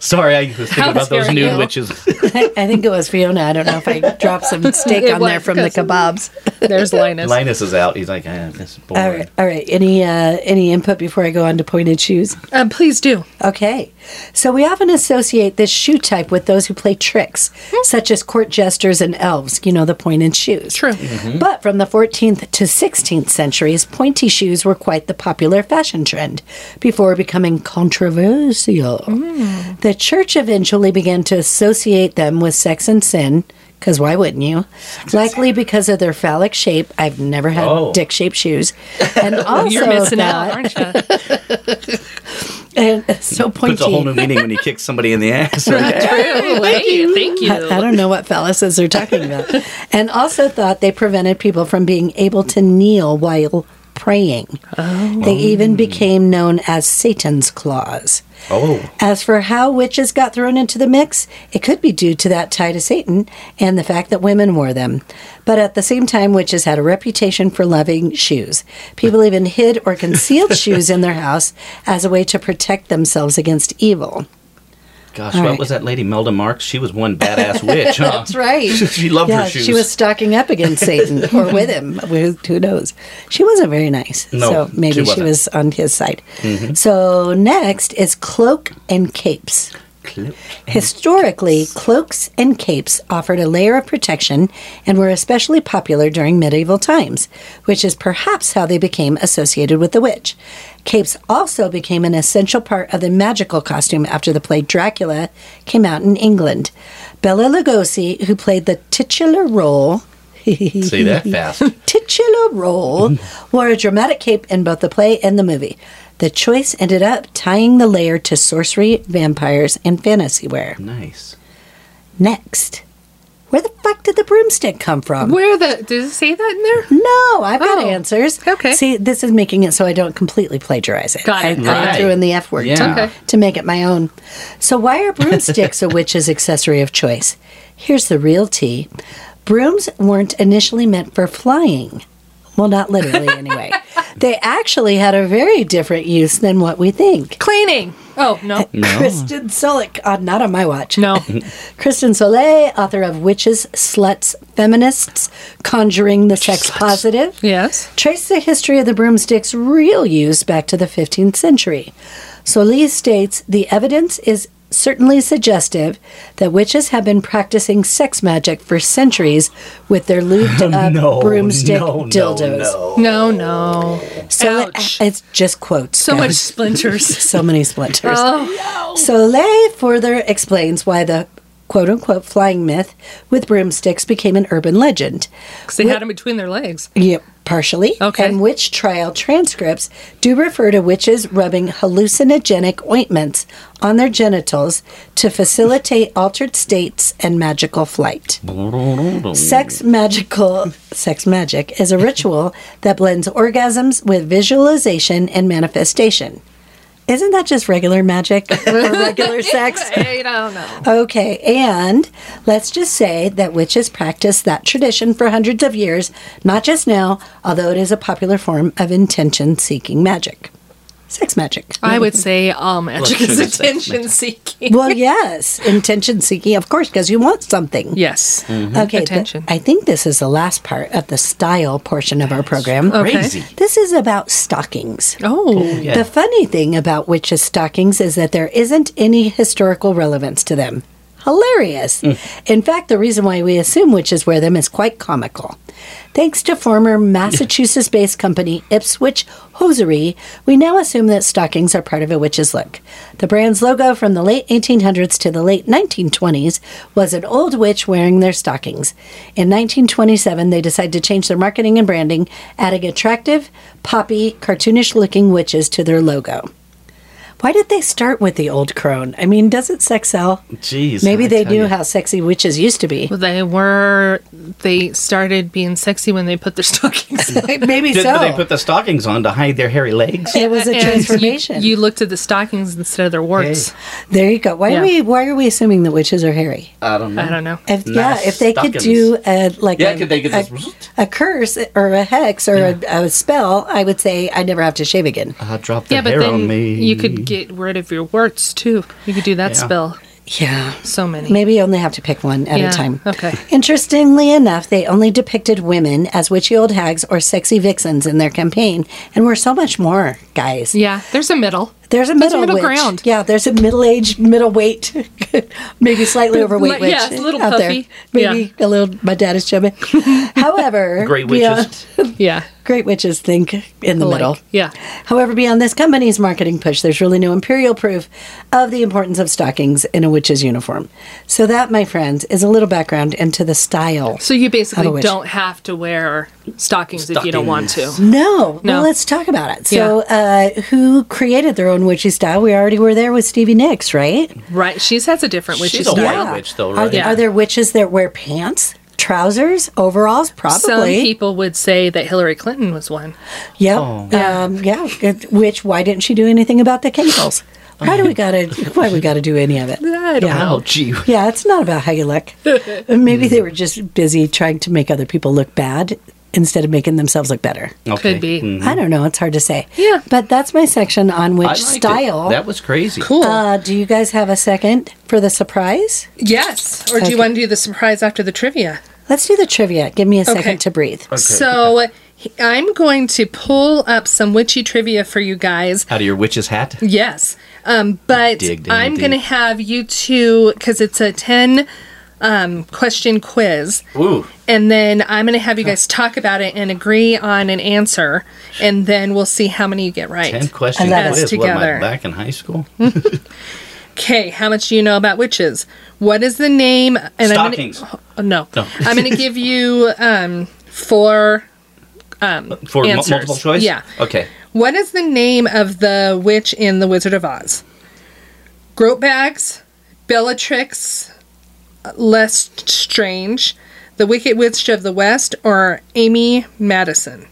[SPEAKER 4] Sorry, I was thinking
[SPEAKER 5] How
[SPEAKER 4] about those
[SPEAKER 5] dare
[SPEAKER 4] nude
[SPEAKER 3] <laughs>
[SPEAKER 5] you.
[SPEAKER 4] witches.
[SPEAKER 3] I, I think it was Fiona. I don't know if I dropped some
[SPEAKER 5] <laughs>
[SPEAKER 3] steak
[SPEAKER 5] It
[SPEAKER 3] on
[SPEAKER 5] was,
[SPEAKER 3] there from the
[SPEAKER 5] 'cause-
[SPEAKER 3] kebabs.
[SPEAKER 5] There's Linus.
[SPEAKER 4] Linus is out. He's like, ah, this is boring.
[SPEAKER 3] All right, all right. Any uh, any input before I go on to pointed shoes?
[SPEAKER 5] Um, please do.
[SPEAKER 3] Okay. So we often associate this shoe type with those who play tricks,
[SPEAKER 5] Hmm.
[SPEAKER 3] such as court jesters and elves, you know, the pointed shoes.
[SPEAKER 5] True.
[SPEAKER 4] Mm-hmm.
[SPEAKER 3] But from the 14th to 16th centuries, pointy shoes were quite the popular fashion trend before becoming controversial.
[SPEAKER 5] Mm.
[SPEAKER 3] The church eventually began to associate them with sex and sin. Because why wouldn't you? Likely because of their phallic shape. I've never had
[SPEAKER 4] Oh.
[SPEAKER 3] dick
[SPEAKER 4] <laughs>
[SPEAKER 3] shaped shoes. And also,
[SPEAKER 5] You're missing
[SPEAKER 3] that,
[SPEAKER 5] out, <laughs> aren't you?
[SPEAKER 3] <laughs> and so pointy.
[SPEAKER 4] Puts a whole new meaning
[SPEAKER 3] <laughs>
[SPEAKER 4] when you kick somebody in the ass.
[SPEAKER 5] Thank you. Thank you.
[SPEAKER 3] I, I don't know what phalluses they're talking about. and also thought they prevented people from being able to kneel while praying. They even became known as Satan's claws.
[SPEAKER 4] Oh,
[SPEAKER 3] As for how witches got thrown into the mix, it could be due to that tie to Satan and the fact that women wore them. But at the same time, witches had a reputation for loving shoes. People even hid or concealed shoes in their house as a way to protect themselves against evil.
[SPEAKER 4] gosh.
[SPEAKER 3] All
[SPEAKER 4] what
[SPEAKER 3] right.
[SPEAKER 4] was that lady, Melda Marks? She was one badass witch, huh? That's
[SPEAKER 3] right.
[SPEAKER 4] <laughs> she loved her shoes.
[SPEAKER 3] She was stocking up against
[SPEAKER 4] <laughs>
[SPEAKER 3] Satan or with him. Who, who knows? She wasn't very nice.
[SPEAKER 4] No,
[SPEAKER 3] so
[SPEAKER 4] she
[SPEAKER 3] maybe she,
[SPEAKER 4] wasn't. Mm-hmm.
[SPEAKER 3] was on his side. So next is cloak and capes.
[SPEAKER 4] Clo-
[SPEAKER 3] Historically, cloaks and capes offered a layer of protection and were especially popular during medieval times, which is perhaps how they became associated with the witch. Capes also became an essential part of the magical costume after the play Dracula came out in England. Bella Lugosi, who played the titular role, <laughs>
[SPEAKER 4] Say that fast.
[SPEAKER 3] titular role wore a dramatic cape in both the play and the movie. The choice ended up tying the layer to sorcery, vampires, and fantasy wear.
[SPEAKER 4] Nice.
[SPEAKER 3] Next, where the fuck did the broomstick come from?
[SPEAKER 5] Where the did it say that in there?
[SPEAKER 3] no, I've got
[SPEAKER 5] Oh,
[SPEAKER 3] answers.
[SPEAKER 5] okay.
[SPEAKER 3] See, this is making it so I don't completely plagiarize it.
[SPEAKER 5] Got it.
[SPEAKER 3] I, I
[SPEAKER 4] Right.
[SPEAKER 3] threw in the F word
[SPEAKER 4] Yeah.
[SPEAKER 3] to,
[SPEAKER 4] Okay.
[SPEAKER 3] to make it my own. So, why are broomsticks a witch's accessory of choice? Here's the real tea brooms weren't initially meant for flying. Well, not
[SPEAKER 5] <laughs>
[SPEAKER 3] literally, anyway. they actually had a very different use than what we think.
[SPEAKER 5] Cleaning. Oh, no.
[SPEAKER 3] Kristen Solik, uh, not on my watch.
[SPEAKER 5] No.
[SPEAKER 3] Kristen Soleil, author of Witches, Sluts, Feminists, Conjuring the Sex Positive.
[SPEAKER 5] yes.
[SPEAKER 3] trace the history of the broomstick's real use back to the 15th century. Solis states the evidence is certainly suggestive that witches have been practicing sex magic for centuries with their lubed up broomstick dildos.
[SPEAKER 5] No, no.
[SPEAKER 3] So
[SPEAKER 5] Ouch.
[SPEAKER 3] it's just quotes.
[SPEAKER 5] So much
[SPEAKER 3] guys.
[SPEAKER 5] <laughs> splinters.
[SPEAKER 3] so many splinters. Soleil further explains why the quote unquote flying myth with broomsticks became an urban legend.
[SPEAKER 5] Because they had them between their legs.
[SPEAKER 3] Yep, partially.
[SPEAKER 5] Okay.
[SPEAKER 3] And witch trial transcripts do refer to witches rubbing hallucinogenic ointments on their genitals to facilitate altered states and magical flight. sex magical sex magic is a ritual that blends orgasms with visualization and manifestation. Isn't that just regular magic or regular sex?
[SPEAKER 5] I don't know.
[SPEAKER 3] Okay, and let's just say that witches practiced that tradition for hundreds of years, not just now, although it is a popular form of intention seeking magic. Sex magic.
[SPEAKER 5] I would say all magic
[SPEAKER 4] Let's
[SPEAKER 5] is
[SPEAKER 4] finish that.
[SPEAKER 5] attention seeking.
[SPEAKER 3] Well, yes, intention seeking, of course, because you want something.
[SPEAKER 5] Yes.
[SPEAKER 3] Okay, th-
[SPEAKER 5] Attention.
[SPEAKER 3] I think this is the last part of the style portion of our program.
[SPEAKER 4] Crazy.
[SPEAKER 3] This is about stockings.
[SPEAKER 5] Oh.
[SPEAKER 4] Yeah.
[SPEAKER 3] The funny thing about witches' stockings is that there isn't any historical relevance to them. Hilarious. In fact, the reason why we assume witches wear them is quite comical. Thanks to former Massachusetts based company Ipswich Hosiery, we now assume that stockings are part of a witch's look. The brand's logo from the late 1800s to the late 1920s was an old witch wearing their stockings. In 1927, they decided to change their marketing and branding, adding attractive, poppy, cartoonish looking witches to their logo. Why did they start with the old crone? I mean, doesn't sex sell?
[SPEAKER 4] Jeez.
[SPEAKER 3] Maybe
[SPEAKER 4] I
[SPEAKER 3] they
[SPEAKER 4] tell
[SPEAKER 3] knew
[SPEAKER 4] ya.
[SPEAKER 3] how sexy witches used to be. <laughs>
[SPEAKER 5] Well, they were. They started being sexy when they put their <laughs> stockings on.
[SPEAKER 3] Maybe
[SPEAKER 4] Did,
[SPEAKER 3] so.
[SPEAKER 4] but they put the stockings on to hide their hairy legs.
[SPEAKER 3] it was a
[SPEAKER 5] And you-
[SPEAKER 3] transformation.
[SPEAKER 5] You, looked at the stockings instead of their warts.
[SPEAKER 3] there you go. Why
[SPEAKER 5] Yeah.
[SPEAKER 3] are we? Why are we assuming that witches are hairy?
[SPEAKER 4] I don't know.
[SPEAKER 5] I don't know.
[SPEAKER 3] If,
[SPEAKER 4] Uh, Nice
[SPEAKER 3] yeah, if they could
[SPEAKER 4] stockings.
[SPEAKER 3] do a like
[SPEAKER 4] Yeah,
[SPEAKER 3] a,
[SPEAKER 4] could they get
[SPEAKER 3] a,
[SPEAKER 4] this-
[SPEAKER 3] a curse or a hex or a, a spell, I would say I never have to shave again.
[SPEAKER 4] <laughs>
[SPEAKER 3] <laughs>
[SPEAKER 4] I dropped their
[SPEAKER 5] Yeah, but
[SPEAKER 4] hair on
[SPEAKER 5] then
[SPEAKER 4] me.
[SPEAKER 5] you could get rid of your warts too. You could do that
[SPEAKER 4] Yeah.
[SPEAKER 5] spell.
[SPEAKER 3] Yeah,
[SPEAKER 5] So many.
[SPEAKER 3] maybe you only have to pick one at
[SPEAKER 5] Yeah,
[SPEAKER 3] a time.
[SPEAKER 5] okay.
[SPEAKER 3] Interestingly enough, they only depicted women as witchy old hags or sexy vixens in their campaign, and we're so much more, guys.
[SPEAKER 5] Yeah, there's a middle.
[SPEAKER 3] There's a middle,
[SPEAKER 5] middle
[SPEAKER 3] witch.
[SPEAKER 5] ground.
[SPEAKER 3] Yeah, there's a middle-aged, middleweight, <laughs> maybe
[SPEAKER 5] <laughs>
[SPEAKER 3] slightly overweight
[SPEAKER 5] Li-
[SPEAKER 3] witch
[SPEAKER 5] yeah, a little
[SPEAKER 3] out
[SPEAKER 5] puffy.
[SPEAKER 3] there. Maybe a little. My dad is
[SPEAKER 5] <laughs>
[SPEAKER 3] chubby. However,
[SPEAKER 4] Great
[SPEAKER 3] beyond-
[SPEAKER 4] witches.
[SPEAKER 5] Yeah.
[SPEAKER 3] Great witches think in the
[SPEAKER 5] Like,
[SPEAKER 3] middle.
[SPEAKER 5] yeah.
[SPEAKER 3] However, beyond this company's marketing push, there's really no imperial proof of the importance of stockings in a witch's uniform. So that, my friends, is a little background into the style.
[SPEAKER 5] So you basically
[SPEAKER 3] witch.
[SPEAKER 5] don't have to wear stockings, if you don't want to.
[SPEAKER 3] No,
[SPEAKER 5] No.
[SPEAKER 3] well, let's talk about it. So, uh, who created their own witchy style? We already were there with Stevie Nicks, right?
[SPEAKER 5] Right. She has a different witchy
[SPEAKER 4] She's a
[SPEAKER 5] style.
[SPEAKER 4] white witch, though,
[SPEAKER 3] Are,
[SPEAKER 4] right?
[SPEAKER 3] there,
[SPEAKER 5] Yeah.
[SPEAKER 3] are there witches that wear pants, trousers, overalls? Probably.
[SPEAKER 5] Some people would say that Hillary Clinton was one.
[SPEAKER 3] Yep.
[SPEAKER 5] Oh.
[SPEAKER 3] Um, yeah. It- Which why didn't she do anything about the chemicals? Why do we gotta? <laughs> Why we gotta do any of it?
[SPEAKER 5] I don't
[SPEAKER 3] yeah.
[SPEAKER 4] Oh, gee.
[SPEAKER 3] Yeah, it's not about how you
[SPEAKER 5] <laughs>
[SPEAKER 3] look. Maybe they were just busy trying to make other people look bad instead of making themselves look better.
[SPEAKER 4] Okay. Hmm.
[SPEAKER 5] Could be.
[SPEAKER 3] I don't know. It's hard to say.
[SPEAKER 5] Yeah.
[SPEAKER 3] But that's my section on which
[SPEAKER 4] Mm-hmm. I liked it.
[SPEAKER 3] style.
[SPEAKER 4] That was crazy.
[SPEAKER 5] Cool.
[SPEAKER 3] uh, do you guys have a second for the surprise?
[SPEAKER 5] yes. Or do
[SPEAKER 3] Okay.
[SPEAKER 5] you want to do the surprise after the trivia?
[SPEAKER 3] Let's do the trivia. Give me a second
[SPEAKER 5] Okay.
[SPEAKER 3] to breathe.
[SPEAKER 5] So he- I'm going to pull up some witchy trivia for you guys.
[SPEAKER 4] Out of your witch's hat.
[SPEAKER 3] Mm-hmm.
[SPEAKER 5] Yes. Um, but
[SPEAKER 4] Dig down
[SPEAKER 5] I'm
[SPEAKER 4] deep.
[SPEAKER 5] going to have you two, because it's a 10 um, question quiz.
[SPEAKER 4] Ooh.
[SPEAKER 5] And then I'm going to have you guys talk about it and agree on an answer. And then we'll see how many you get right.
[SPEAKER 4] Ten questions.
[SPEAKER 3] I love
[SPEAKER 4] What
[SPEAKER 3] it.
[SPEAKER 4] is, what am I,
[SPEAKER 5] Together.
[SPEAKER 4] back in high school?
[SPEAKER 5] Okay, how much do you know about witches? What is the name? And
[SPEAKER 4] Stockings.
[SPEAKER 5] I'm gonna, oh, no.
[SPEAKER 4] No.
[SPEAKER 5] I'm going to give you um, four.
[SPEAKER 4] For mu-
[SPEAKER 5] Answers.
[SPEAKER 4] multiple choice?
[SPEAKER 5] Yeah.
[SPEAKER 4] Okay.
[SPEAKER 5] What is the name of the witch in The Wizard of Oz? Gropebags, Bellatrix, Lestrange, the Wicked Witch of the West, or Amy Madison?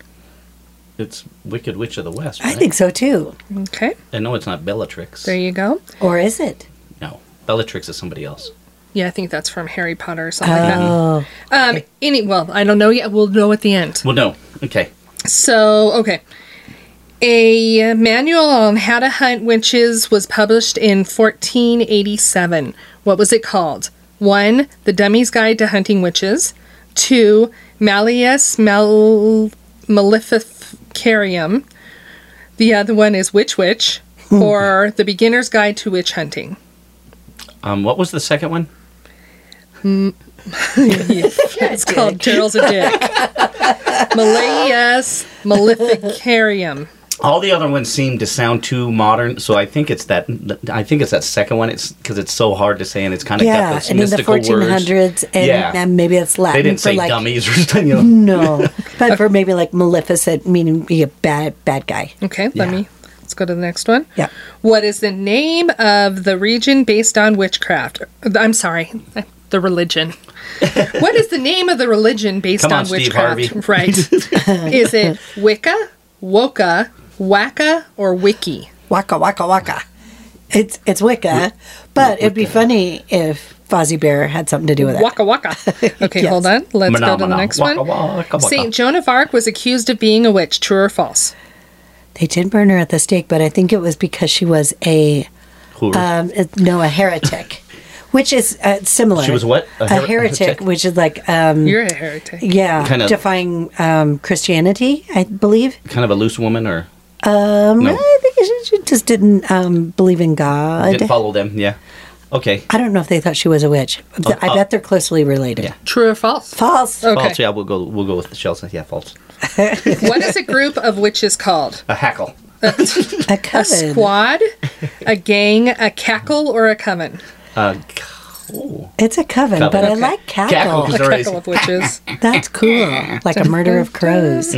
[SPEAKER 4] It's Wicked Witch of the West.
[SPEAKER 3] I
[SPEAKER 4] right?
[SPEAKER 3] think so too.
[SPEAKER 5] Okay,
[SPEAKER 4] I know it's not Bellatrix.
[SPEAKER 5] there you go.
[SPEAKER 3] Or is it?
[SPEAKER 4] No. Bellatrix is somebody else.
[SPEAKER 5] Yeah, I think that's from Harry Potter or something like that. Um, any well, I don't know yet. We'll know at the end.
[SPEAKER 4] Well, no. Okay.
[SPEAKER 5] So, okay. A manual on how to hunt witches was published in 1487. What was it called? One, The Dummy's Guide to Hunting Witches. Two, Malleus Mal- Maleficarium. The other one is Witch Witch, or The Beginner's Guide to Witch Hunting.
[SPEAKER 4] Um, what was the second one?
[SPEAKER 5] <laughs> It's called Daryl's a Dick. Malleus Maleficarium.
[SPEAKER 4] All the other ones seem to sound too modern, so I think it's that. I think it's that second one. It's because it's so hard to say, and it's kind of got
[SPEAKER 3] yeah,
[SPEAKER 4] those
[SPEAKER 3] and in the
[SPEAKER 4] mystical words.
[SPEAKER 3] 1400s, and,
[SPEAKER 4] Yeah.
[SPEAKER 3] and maybe it's Latin
[SPEAKER 4] They didn't
[SPEAKER 3] for
[SPEAKER 4] say
[SPEAKER 3] like Mm,
[SPEAKER 4] dummies or <laughs> something. You know. <laughs>
[SPEAKER 3] no, but for maybe like maleficent, meaning be a bad bad guy.
[SPEAKER 5] Okay, let
[SPEAKER 4] Yeah.
[SPEAKER 5] me. Let's go to the next one.
[SPEAKER 3] Yeah.
[SPEAKER 5] What is the name of the region based on witchcraft? I'm sorry, the <laughs> religion. what is the name of the religion based
[SPEAKER 4] Come on,
[SPEAKER 5] on,
[SPEAKER 4] Steve
[SPEAKER 5] witchcraft?
[SPEAKER 4] Harvey.
[SPEAKER 5] <laughs>
[SPEAKER 4] <laughs>
[SPEAKER 5] Right. is it Wicca, Woka, Wacca, or Wiki?
[SPEAKER 3] Waka waka waka. It's it's Wicca, but it'd be funny if Fozzie Bear had something to do with it.
[SPEAKER 5] Waka Waka. Okay,
[SPEAKER 3] Yes.
[SPEAKER 5] hold on. Let's go to the
[SPEAKER 4] Phenomena.
[SPEAKER 5] next
[SPEAKER 4] Waka,
[SPEAKER 5] one.
[SPEAKER 4] waka, waka.
[SPEAKER 5] Saint Joan of Arc was accused of being a witch. True or false?
[SPEAKER 3] They did burn her at the stake, but I think it was because she was a
[SPEAKER 4] Who-
[SPEAKER 3] um, uh, no a heretic, <laughs> which is uh, similar.
[SPEAKER 4] She was what?
[SPEAKER 3] A,
[SPEAKER 4] A her-
[SPEAKER 3] heretic,
[SPEAKER 4] heretic?
[SPEAKER 3] which is like um,
[SPEAKER 5] You're a heretic.
[SPEAKER 3] yeah,
[SPEAKER 4] Kinda-
[SPEAKER 3] defying um, Christianity, I believe.
[SPEAKER 4] kind of a loose woman, or
[SPEAKER 3] Um,
[SPEAKER 4] No.
[SPEAKER 3] I think she, she just didn't um, believe in God.
[SPEAKER 4] didn't follow them. Yeah. Okay.
[SPEAKER 3] I don't know if they thought she was a witch. I
[SPEAKER 4] oh.
[SPEAKER 3] bet they're closely related.
[SPEAKER 4] Yeah.
[SPEAKER 5] True or false?
[SPEAKER 3] False.
[SPEAKER 5] Okay.
[SPEAKER 4] False. Yeah, we'll go. We'll go with Chelsea. Yeah, false.
[SPEAKER 5] What is a group of witches called?
[SPEAKER 4] A hackle.
[SPEAKER 3] A
[SPEAKER 5] A
[SPEAKER 3] coven.
[SPEAKER 5] squad, a gang, a cackle, or a coven?
[SPEAKER 4] Uh,
[SPEAKER 3] It's a coven,
[SPEAKER 4] Coven,
[SPEAKER 3] but I
[SPEAKER 4] okay.
[SPEAKER 3] like
[SPEAKER 4] Cackle,
[SPEAKER 3] cackle.
[SPEAKER 4] <laughs> 'cause
[SPEAKER 5] A
[SPEAKER 4] Is there a-
[SPEAKER 5] cackle of witches.
[SPEAKER 3] That's cool. Like a murder of crows.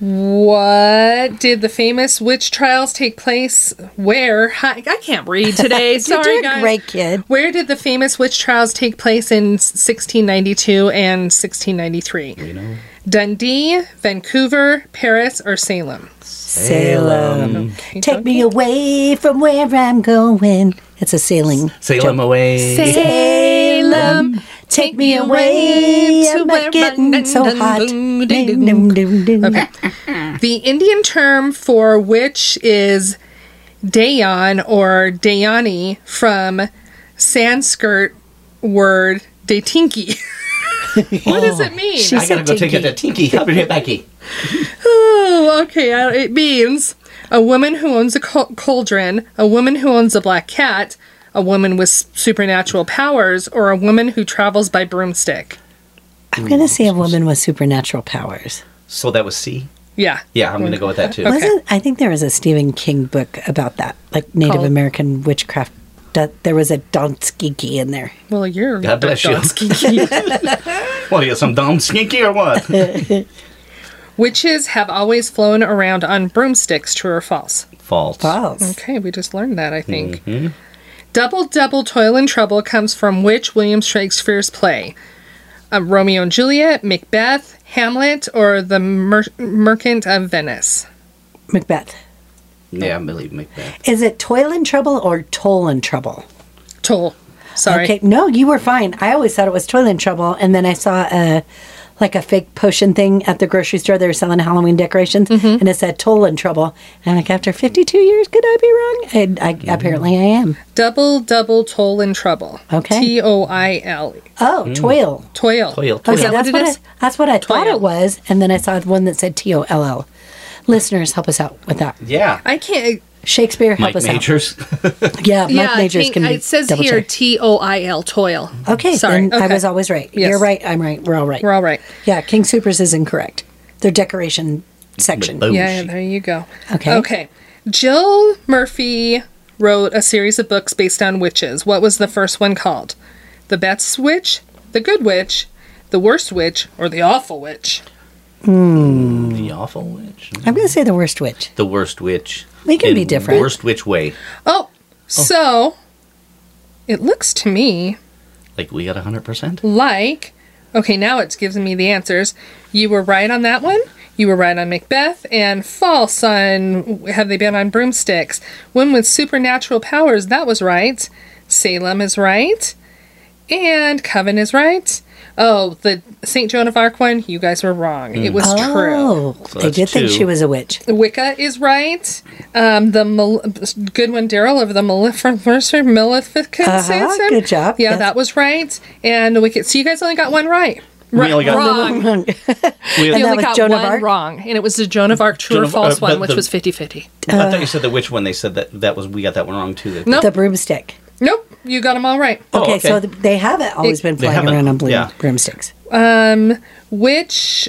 [SPEAKER 5] What did the famous witch trials take place? Where? Hi, I can't
[SPEAKER 3] <laughs>
[SPEAKER 5] read today. Sorry,
[SPEAKER 3] doing
[SPEAKER 5] guys.
[SPEAKER 3] great, kid.
[SPEAKER 5] Where did the famous witch trials take place in 1692 and 1693? Dundee, Vancouver, Paris, or Salem?
[SPEAKER 4] um,
[SPEAKER 3] Salem. Take
[SPEAKER 5] don't
[SPEAKER 3] me away from where I'm going. It's a sailing.
[SPEAKER 4] Salem away.
[SPEAKER 3] Salem, take me away. I'm not getting so hot.
[SPEAKER 5] Okay. The Indian term for witch is Dayan or Dayani from Sanskrit word Daytinki. <laughs> what does it mean?
[SPEAKER 4] I gotta go take it to Tinky. I'll be right backy.
[SPEAKER 5] Oh, okay. I- It means a woman who owns a cau- cauldron, a woman who owns a black cat, a woman with s- supernatural powers, or a woman who travels by broomstick.
[SPEAKER 3] I'm going to say a woman with supernatural powers.
[SPEAKER 4] So that was C.
[SPEAKER 5] Yeah.
[SPEAKER 4] Yeah, I'm gonna go with that too.
[SPEAKER 3] Wasn't I think there was a Stephen King book about that, like Native
[SPEAKER 5] Called-
[SPEAKER 3] American witchcraft. Da- There was a Donskiki in there.
[SPEAKER 5] Well, you're
[SPEAKER 4] God bless you. <laughs>
[SPEAKER 5] Donsky.
[SPEAKER 4] What are you, some dumb skinky or
[SPEAKER 3] <laughs>
[SPEAKER 4] what?
[SPEAKER 5] Witches have always flown around on broomsticks, true or false?
[SPEAKER 4] False.
[SPEAKER 3] False.
[SPEAKER 5] Okay, we just learned that, I think.
[SPEAKER 4] Mm-hmm.
[SPEAKER 5] Double Double Toil and Trouble comes from which William Shakespeare's play? Uh, Romeo and Juliet, Macbeth, Hamlet, or The Mer- Merchant of Venice?
[SPEAKER 3] Macbeth.
[SPEAKER 4] Yeah, I believe Macbeth.
[SPEAKER 3] Is it toil and trouble or toll and trouble?
[SPEAKER 5] Toll. Sorry.
[SPEAKER 3] Okay, no, you were fine. I always thought it was toil and trouble, and then I saw a like a fake potion thing at the grocery store. They were selling Halloween decorations, and it said toil and trouble. And I'm like, after 52 years, could I be wrong? And I, apparently, I am.
[SPEAKER 5] Double Double Toil and Trouble.
[SPEAKER 3] Okay.
[SPEAKER 5] T O I L.
[SPEAKER 3] Oh, toil.
[SPEAKER 5] Toil.
[SPEAKER 4] Toil, toil.
[SPEAKER 3] Okay,
[SPEAKER 5] that
[SPEAKER 3] that's
[SPEAKER 5] what it
[SPEAKER 3] what, I,
[SPEAKER 5] is?
[SPEAKER 3] that's what I thought
[SPEAKER 5] Toil.
[SPEAKER 3] it was, and then I saw one that said T O L L. Listeners, help us out with that.
[SPEAKER 4] Yeah.
[SPEAKER 5] I can't.
[SPEAKER 3] Shakespeare, help
[SPEAKER 4] Mike
[SPEAKER 3] us
[SPEAKER 4] Majors.
[SPEAKER 3] out. <laughs> Yeah,
[SPEAKER 5] Yeah,
[SPEAKER 3] Mike
[SPEAKER 5] I
[SPEAKER 3] Majors
[SPEAKER 5] think-
[SPEAKER 3] can.
[SPEAKER 5] it says
[SPEAKER 3] double
[SPEAKER 5] here
[SPEAKER 3] check.
[SPEAKER 5] T O I L. Toil.
[SPEAKER 3] okay,
[SPEAKER 5] Sorry.
[SPEAKER 3] then I
[SPEAKER 5] okay.
[SPEAKER 3] was always right.
[SPEAKER 5] Yes.
[SPEAKER 3] You're right. I'm right. We're all right.
[SPEAKER 5] We're all right.
[SPEAKER 3] Yeah, King Supers is incorrect. Their decoration section.
[SPEAKER 4] Oh,
[SPEAKER 5] yeah,
[SPEAKER 4] shit.
[SPEAKER 5] there you go.
[SPEAKER 3] Okay.
[SPEAKER 5] Okay. Jill Murphy wrote a series of books based on witches. What was the first one called? The Best Witch, The Good Witch, The Worst Witch, or The Awful Witch?
[SPEAKER 4] The awful witch.
[SPEAKER 3] I'm going to say the worst witch.
[SPEAKER 4] The worst witch.
[SPEAKER 3] We can
[SPEAKER 4] In
[SPEAKER 3] be different.
[SPEAKER 4] Worst witch way.
[SPEAKER 5] Oh, so it looks to me
[SPEAKER 4] Like we got 100%?
[SPEAKER 5] like okay, now it's giving me the answers. You were right on that one. You were right on Macbeth and false on Have They Been on Broomsticks? One with supernatural powers, that was right. Salem is right. And Coven is right. Oh, the St. Joan of Arc one, you guys were wrong. It was true.
[SPEAKER 3] Oh,
[SPEAKER 4] So
[SPEAKER 3] they
[SPEAKER 4] that's
[SPEAKER 3] did think
[SPEAKER 4] two.
[SPEAKER 3] she was a witch.
[SPEAKER 5] Wicca is right. Um, the Mal- Goodwin Daryl of the Maleficent Maleficent
[SPEAKER 3] Uh-huh,
[SPEAKER 5] Sansom.
[SPEAKER 3] good job.
[SPEAKER 5] Yeah,
[SPEAKER 3] Yes.
[SPEAKER 5] that was right. And the Wicked. So you guys only got one right. Right,
[SPEAKER 4] only got-
[SPEAKER 5] wrong.
[SPEAKER 4] We,
[SPEAKER 5] You
[SPEAKER 3] that
[SPEAKER 5] only
[SPEAKER 3] was
[SPEAKER 5] got
[SPEAKER 3] Joan of
[SPEAKER 5] one
[SPEAKER 3] Arc?
[SPEAKER 5] wrong, and it was the Joan of Arc true
[SPEAKER 4] Joan
[SPEAKER 5] or
[SPEAKER 4] of-
[SPEAKER 5] false
[SPEAKER 4] uh, but
[SPEAKER 5] one, which
[SPEAKER 4] the-
[SPEAKER 5] was 50-50.
[SPEAKER 4] I
[SPEAKER 3] Uh,
[SPEAKER 4] thought you said that which one they said that that was we got that one wrong too. That-
[SPEAKER 5] No.
[SPEAKER 3] <laughs> The broomstick.
[SPEAKER 5] Nope, you got them all right.
[SPEAKER 4] Oh,
[SPEAKER 3] okay,
[SPEAKER 4] okay.
[SPEAKER 3] so th- they haven't always
[SPEAKER 5] It-
[SPEAKER 3] been
[SPEAKER 4] They
[SPEAKER 3] flying
[SPEAKER 4] haven't,
[SPEAKER 3] around on blue
[SPEAKER 4] yeah.
[SPEAKER 3] broomsticks.
[SPEAKER 5] Um, which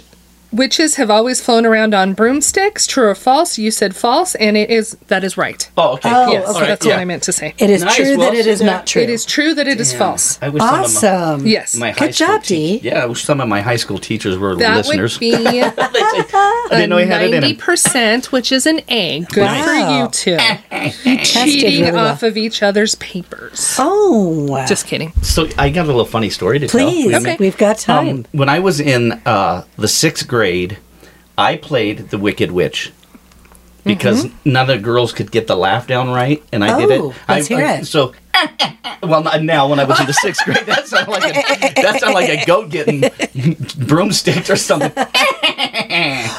[SPEAKER 5] witches have always flown around on broomsticks? True or false? You said false, and it is that is right.
[SPEAKER 4] Oh, okay.
[SPEAKER 3] Oh,
[SPEAKER 4] cool.
[SPEAKER 5] yes,
[SPEAKER 4] All
[SPEAKER 3] okay.
[SPEAKER 4] right,
[SPEAKER 5] that's
[SPEAKER 4] yeah.
[SPEAKER 5] what I meant to say.
[SPEAKER 3] It is
[SPEAKER 4] Nice,
[SPEAKER 3] true
[SPEAKER 4] well,
[SPEAKER 3] that it is
[SPEAKER 4] yeah,
[SPEAKER 3] not true.
[SPEAKER 5] It is true that it is
[SPEAKER 4] Damn.
[SPEAKER 5] false.
[SPEAKER 4] I wish some of my-
[SPEAKER 3] Awesome.
[SPEAKER 5] Yes.
[SPEAKER 4] My high
[SPEAKER 3] Good
[SPEAKER 4] school
[SPEAKER 3] job,
[SPEAKER 4] teach-
[SPEAKER 3] Dee.
[SPEAKER 4] Yeah, I wish some of my high school teachers were
[SPEAKER 5] that
[SPEAKER 4] listeners.
[SPEAKER 5] would be
[SPEAKER 4] <laughs>
[SPEAKER 5] <laughs>
[SPEAKER 4] They say- I didn't know you had it in 'em.
[SPEAKER 5] 90%, which is an A. Good
[SPEAKER 3] Wow.
[SPEAKER 4] <laughs>
[SPEAKER 5] for you two.
[SPEAKER 3] Tested
[SPEAKER 5] Cheating
[SPEAKER 3] really well.
[SPEAKER 5] off of each other's papers.
[SPEAKER 3] <laughs> Oh, wow.
[SPEAKER 5] Just kidding.
[SPEAKER 4] So I got a little funny story to tell.
[SPEAKER 3] please.
[SPEAKER 4] Maybe.
[SPEAKER 3] We've got
[SPEAKER 4] Um,
[SPEAKER 3] time.
[SPEAKER 4] when I was in uh, the sixth grade, I played the Wicked Witch because none of the girls could get the laugh down right, and I did it.
[SPEAKER 3] Mm-hmm. Oh, let's
[SPEAKER 4] I,
[SPEAKER 3] hear
[SPEAKER 4] I-
[SPEAKER 3] it.
[SPEAKER 4] So, <laughs> well, not now when I was in the sixth grade, that sounded like a, that sounded like a goat
[SPEAKER 3] <laughs>
[SPEAKER 4] getting broomsticked or something.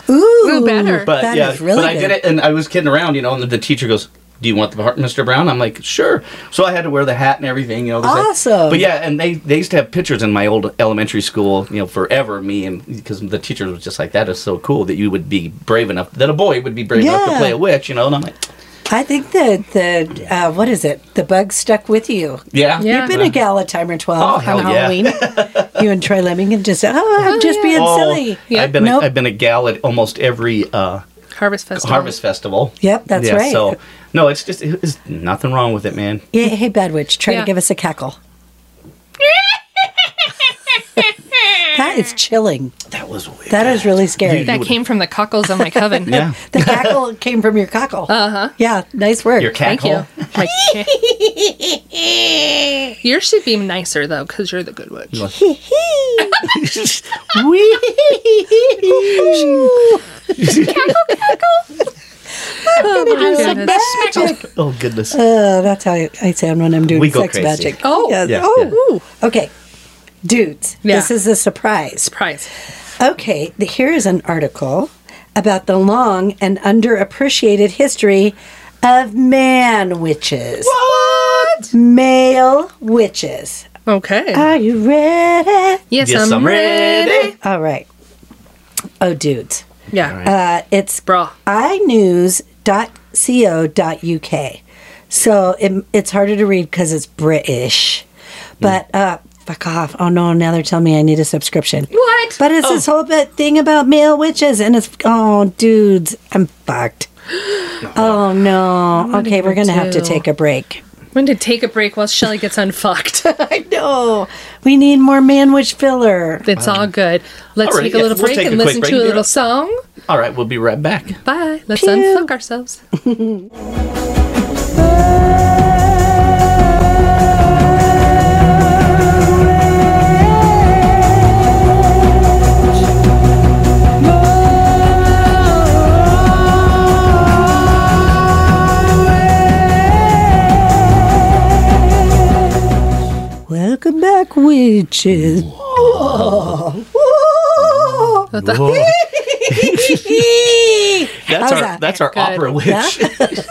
[SPEAKER 3] Ooh,
[SPEAKER 5] Ooh, better.
[SPEAKER 4] But
[SPEAKER 3] That
[SPEAKER 4] yeah,
[SPEAKER 3] is really
[SPEAKER 4] but I
[SPEAKER 3] good.
[SPEAKER 4] did it, and I was kidding around, you know. And the teacher goes, "Do you want the part, Mr. Brown?" I'm like, "Sure." So I had to wear the hat and everything, you know. this, that.
[SPEAKER 3] Awesome.
[SPEAKER 4] But yeah, and they they used to have pictures in my old elementary school, you know, forever. Me and because the teacher was just like, "That is so cool that you would be brave enough that a boy would be brave enough to
[SPEAKER 3] Yeah.
[SPEAKER 4] play a witch," you know. And I'm like,
[SPEAKER 3] I think the the uh, what is it? The bug stuck with you.
[SPEAKER 4] "Yeah,
[SPEAKER 5] Yeah.
[SPEAKER 3] You've been a gala timer
[SPEAKER 4] Oh,
[SPEAKER 3] twelve
[SPEAKER 4] hell
[SPEAKER 3] on
[SPEAKER 4] yeah. <laughs>
[SPEAKER 3] Halloween. you and Troy Lemming and just oh, I'm just
[SPEAKER 5] yeah.
[SPEAKER 3] being
[SPEAKER 4] Oh,
[SPEAKER 3] silly.
[SPEAKER 5] Yeah.
[SPEAKER 4] I've been
[SPEAKER 3] Nope.
[SPEAKER 4] a, I've been a gal at almost every uh,
[SPEAKER 5] Harvest Festival.
[SPEAKER 4] harvest festival.
[SPEAKER 3] Yep, that's right.
[SPEAKER 4] So no, it's just it's nothing wrong with it, man.
[SPEAKER 3] Yeah, hey, bad witch, try
[SPEAKER 5] Yeah.
[SPEAKER 3] to give us a
[SPEAKER 5] <laughs>
[SPEAKER 3] cackle. that is chilling.
[SPEAKER 4] That was weird.
[SPEAKER 3] That is really scary.
[SPEAKER 5] That came from the
[SPEAKER 4] <laughs>
[SPEAKER 5] cockles on my coven.
[SPEAKER 3] <laughs>
[SPEAKER 4] yeah.
[SPEAKER 3] the cackle came from your cockle. Uh
[SPEAKER 5] Uh-huh.
[SPEAKER 3] huh. Yeah, nice work.
[SPEAKER 4] Your cat
[SPEAKER 5] Thank
[SPEAKER 4] hole.
[SPEAKER 5] you. My cat. <laughs> Yours should be nicer, though, because you're the good witch.
[SPEAKER 3] Oh,
[SPEAKER 5] my <laughs> goodness.
[SPEAKER 3] <laughs>
[SPEAKER 4] Oh goodness.
[SPEAKER 3] Uh, that's how I, I sound when I'm doing
[SPEAKER 4] We go
[SPEAKER 3] sex
[SPEAKER 4] crazy.
[SPEAKER 3] magic.
[SPEAKER 5] Oh.
[SPEAKER 3] Yeah.
[SPEAKER 4] Yeah.
[SPEAKER 3] oh, okay. Dudes,
[SPEAKER 5] Yeah.
[SPEAKER 3] this is a surprise.
[SPEAKER 5] Surprise.
[SPEAKER 3] Okay, the, here is an article about the long and underappreciated history of man witches.
[SPEAKER 5] What?
[SPEAKER 3] Male witches.
[SPEAKER 5] Okay.
[SPEAKER 3] Are you ready?
[SPEAKER 5] yes,
[SPEAKER 4] Yes,
[SPEAKER 5] I'm,
[SPEAKER 4] I'm
[SPEAKER 5] ready.
[SPEAKER 4] ready.
[SPEAKER 3] All right. Oh, dudes.
[SPEAKER 5] Yeah.
[SPEAKER 3] Uh, it's
[SPEAKER 5] Bruh.
[SPEAKER 3] inews.co.uk. So it, it's harder to read because it's British. But
[SPEAKER 5] Hmm.
[SPEAKER 3] uh, fuck off. Oh no, now they're telling me I need a subscription.
[SPEAKER 5] What? Oh.
[SPEAKER 3] But it's this whole bit thing about male witches, and it's, oh, dudes, I'm
[SPEAKER 5] <sighs>
[SPEAKER 3] fucked. Oh no. Okay, we're going to have to
[SPEAKER 5] do?
[SPEAKER 3] take a break. <laughs>
[SPEAKER 5] When to take a break while Shelly gets unfucked. <laughs>
[SPEAKER 3] I know. We need more man witch filler.
[SPEAKER 5] it's all good. Let's
[SPEAKER 4] All right,
[SPEAKER 5] take a
[SPEAKER 4] yeah,
[SPEAKER 5] little
[SPEAKER 4] we'll
[SPEAKER 5] break
[SPEAKER 4] take
[SPEAKER 5] and
[SPEAKER 4] a quick
[SPEAKER 5] listen
[SPEAKER 4] break.
[SPEAKER 5] to a
[SPEAKER 4] Yeah.
[SPEAKER 5] little song.
[SPEAKER 4] All right, we'll be right back.
[SPEAKER 5] Bye. Let's
[SPEAKER 3] Pew.
[SPEAKER 5] unfuck ourselves.
[SPEAKER 3] Welcome back, witches.
[SPEAKER 5] What the-
[SPEAKER 4] That's our
[SPEAKER 3] that?
[SPEAKER 4] that's our
[SPEAKER 5] Good.
[SPEAKER 4] opera witch.
[SPEAKER 3] <laughs>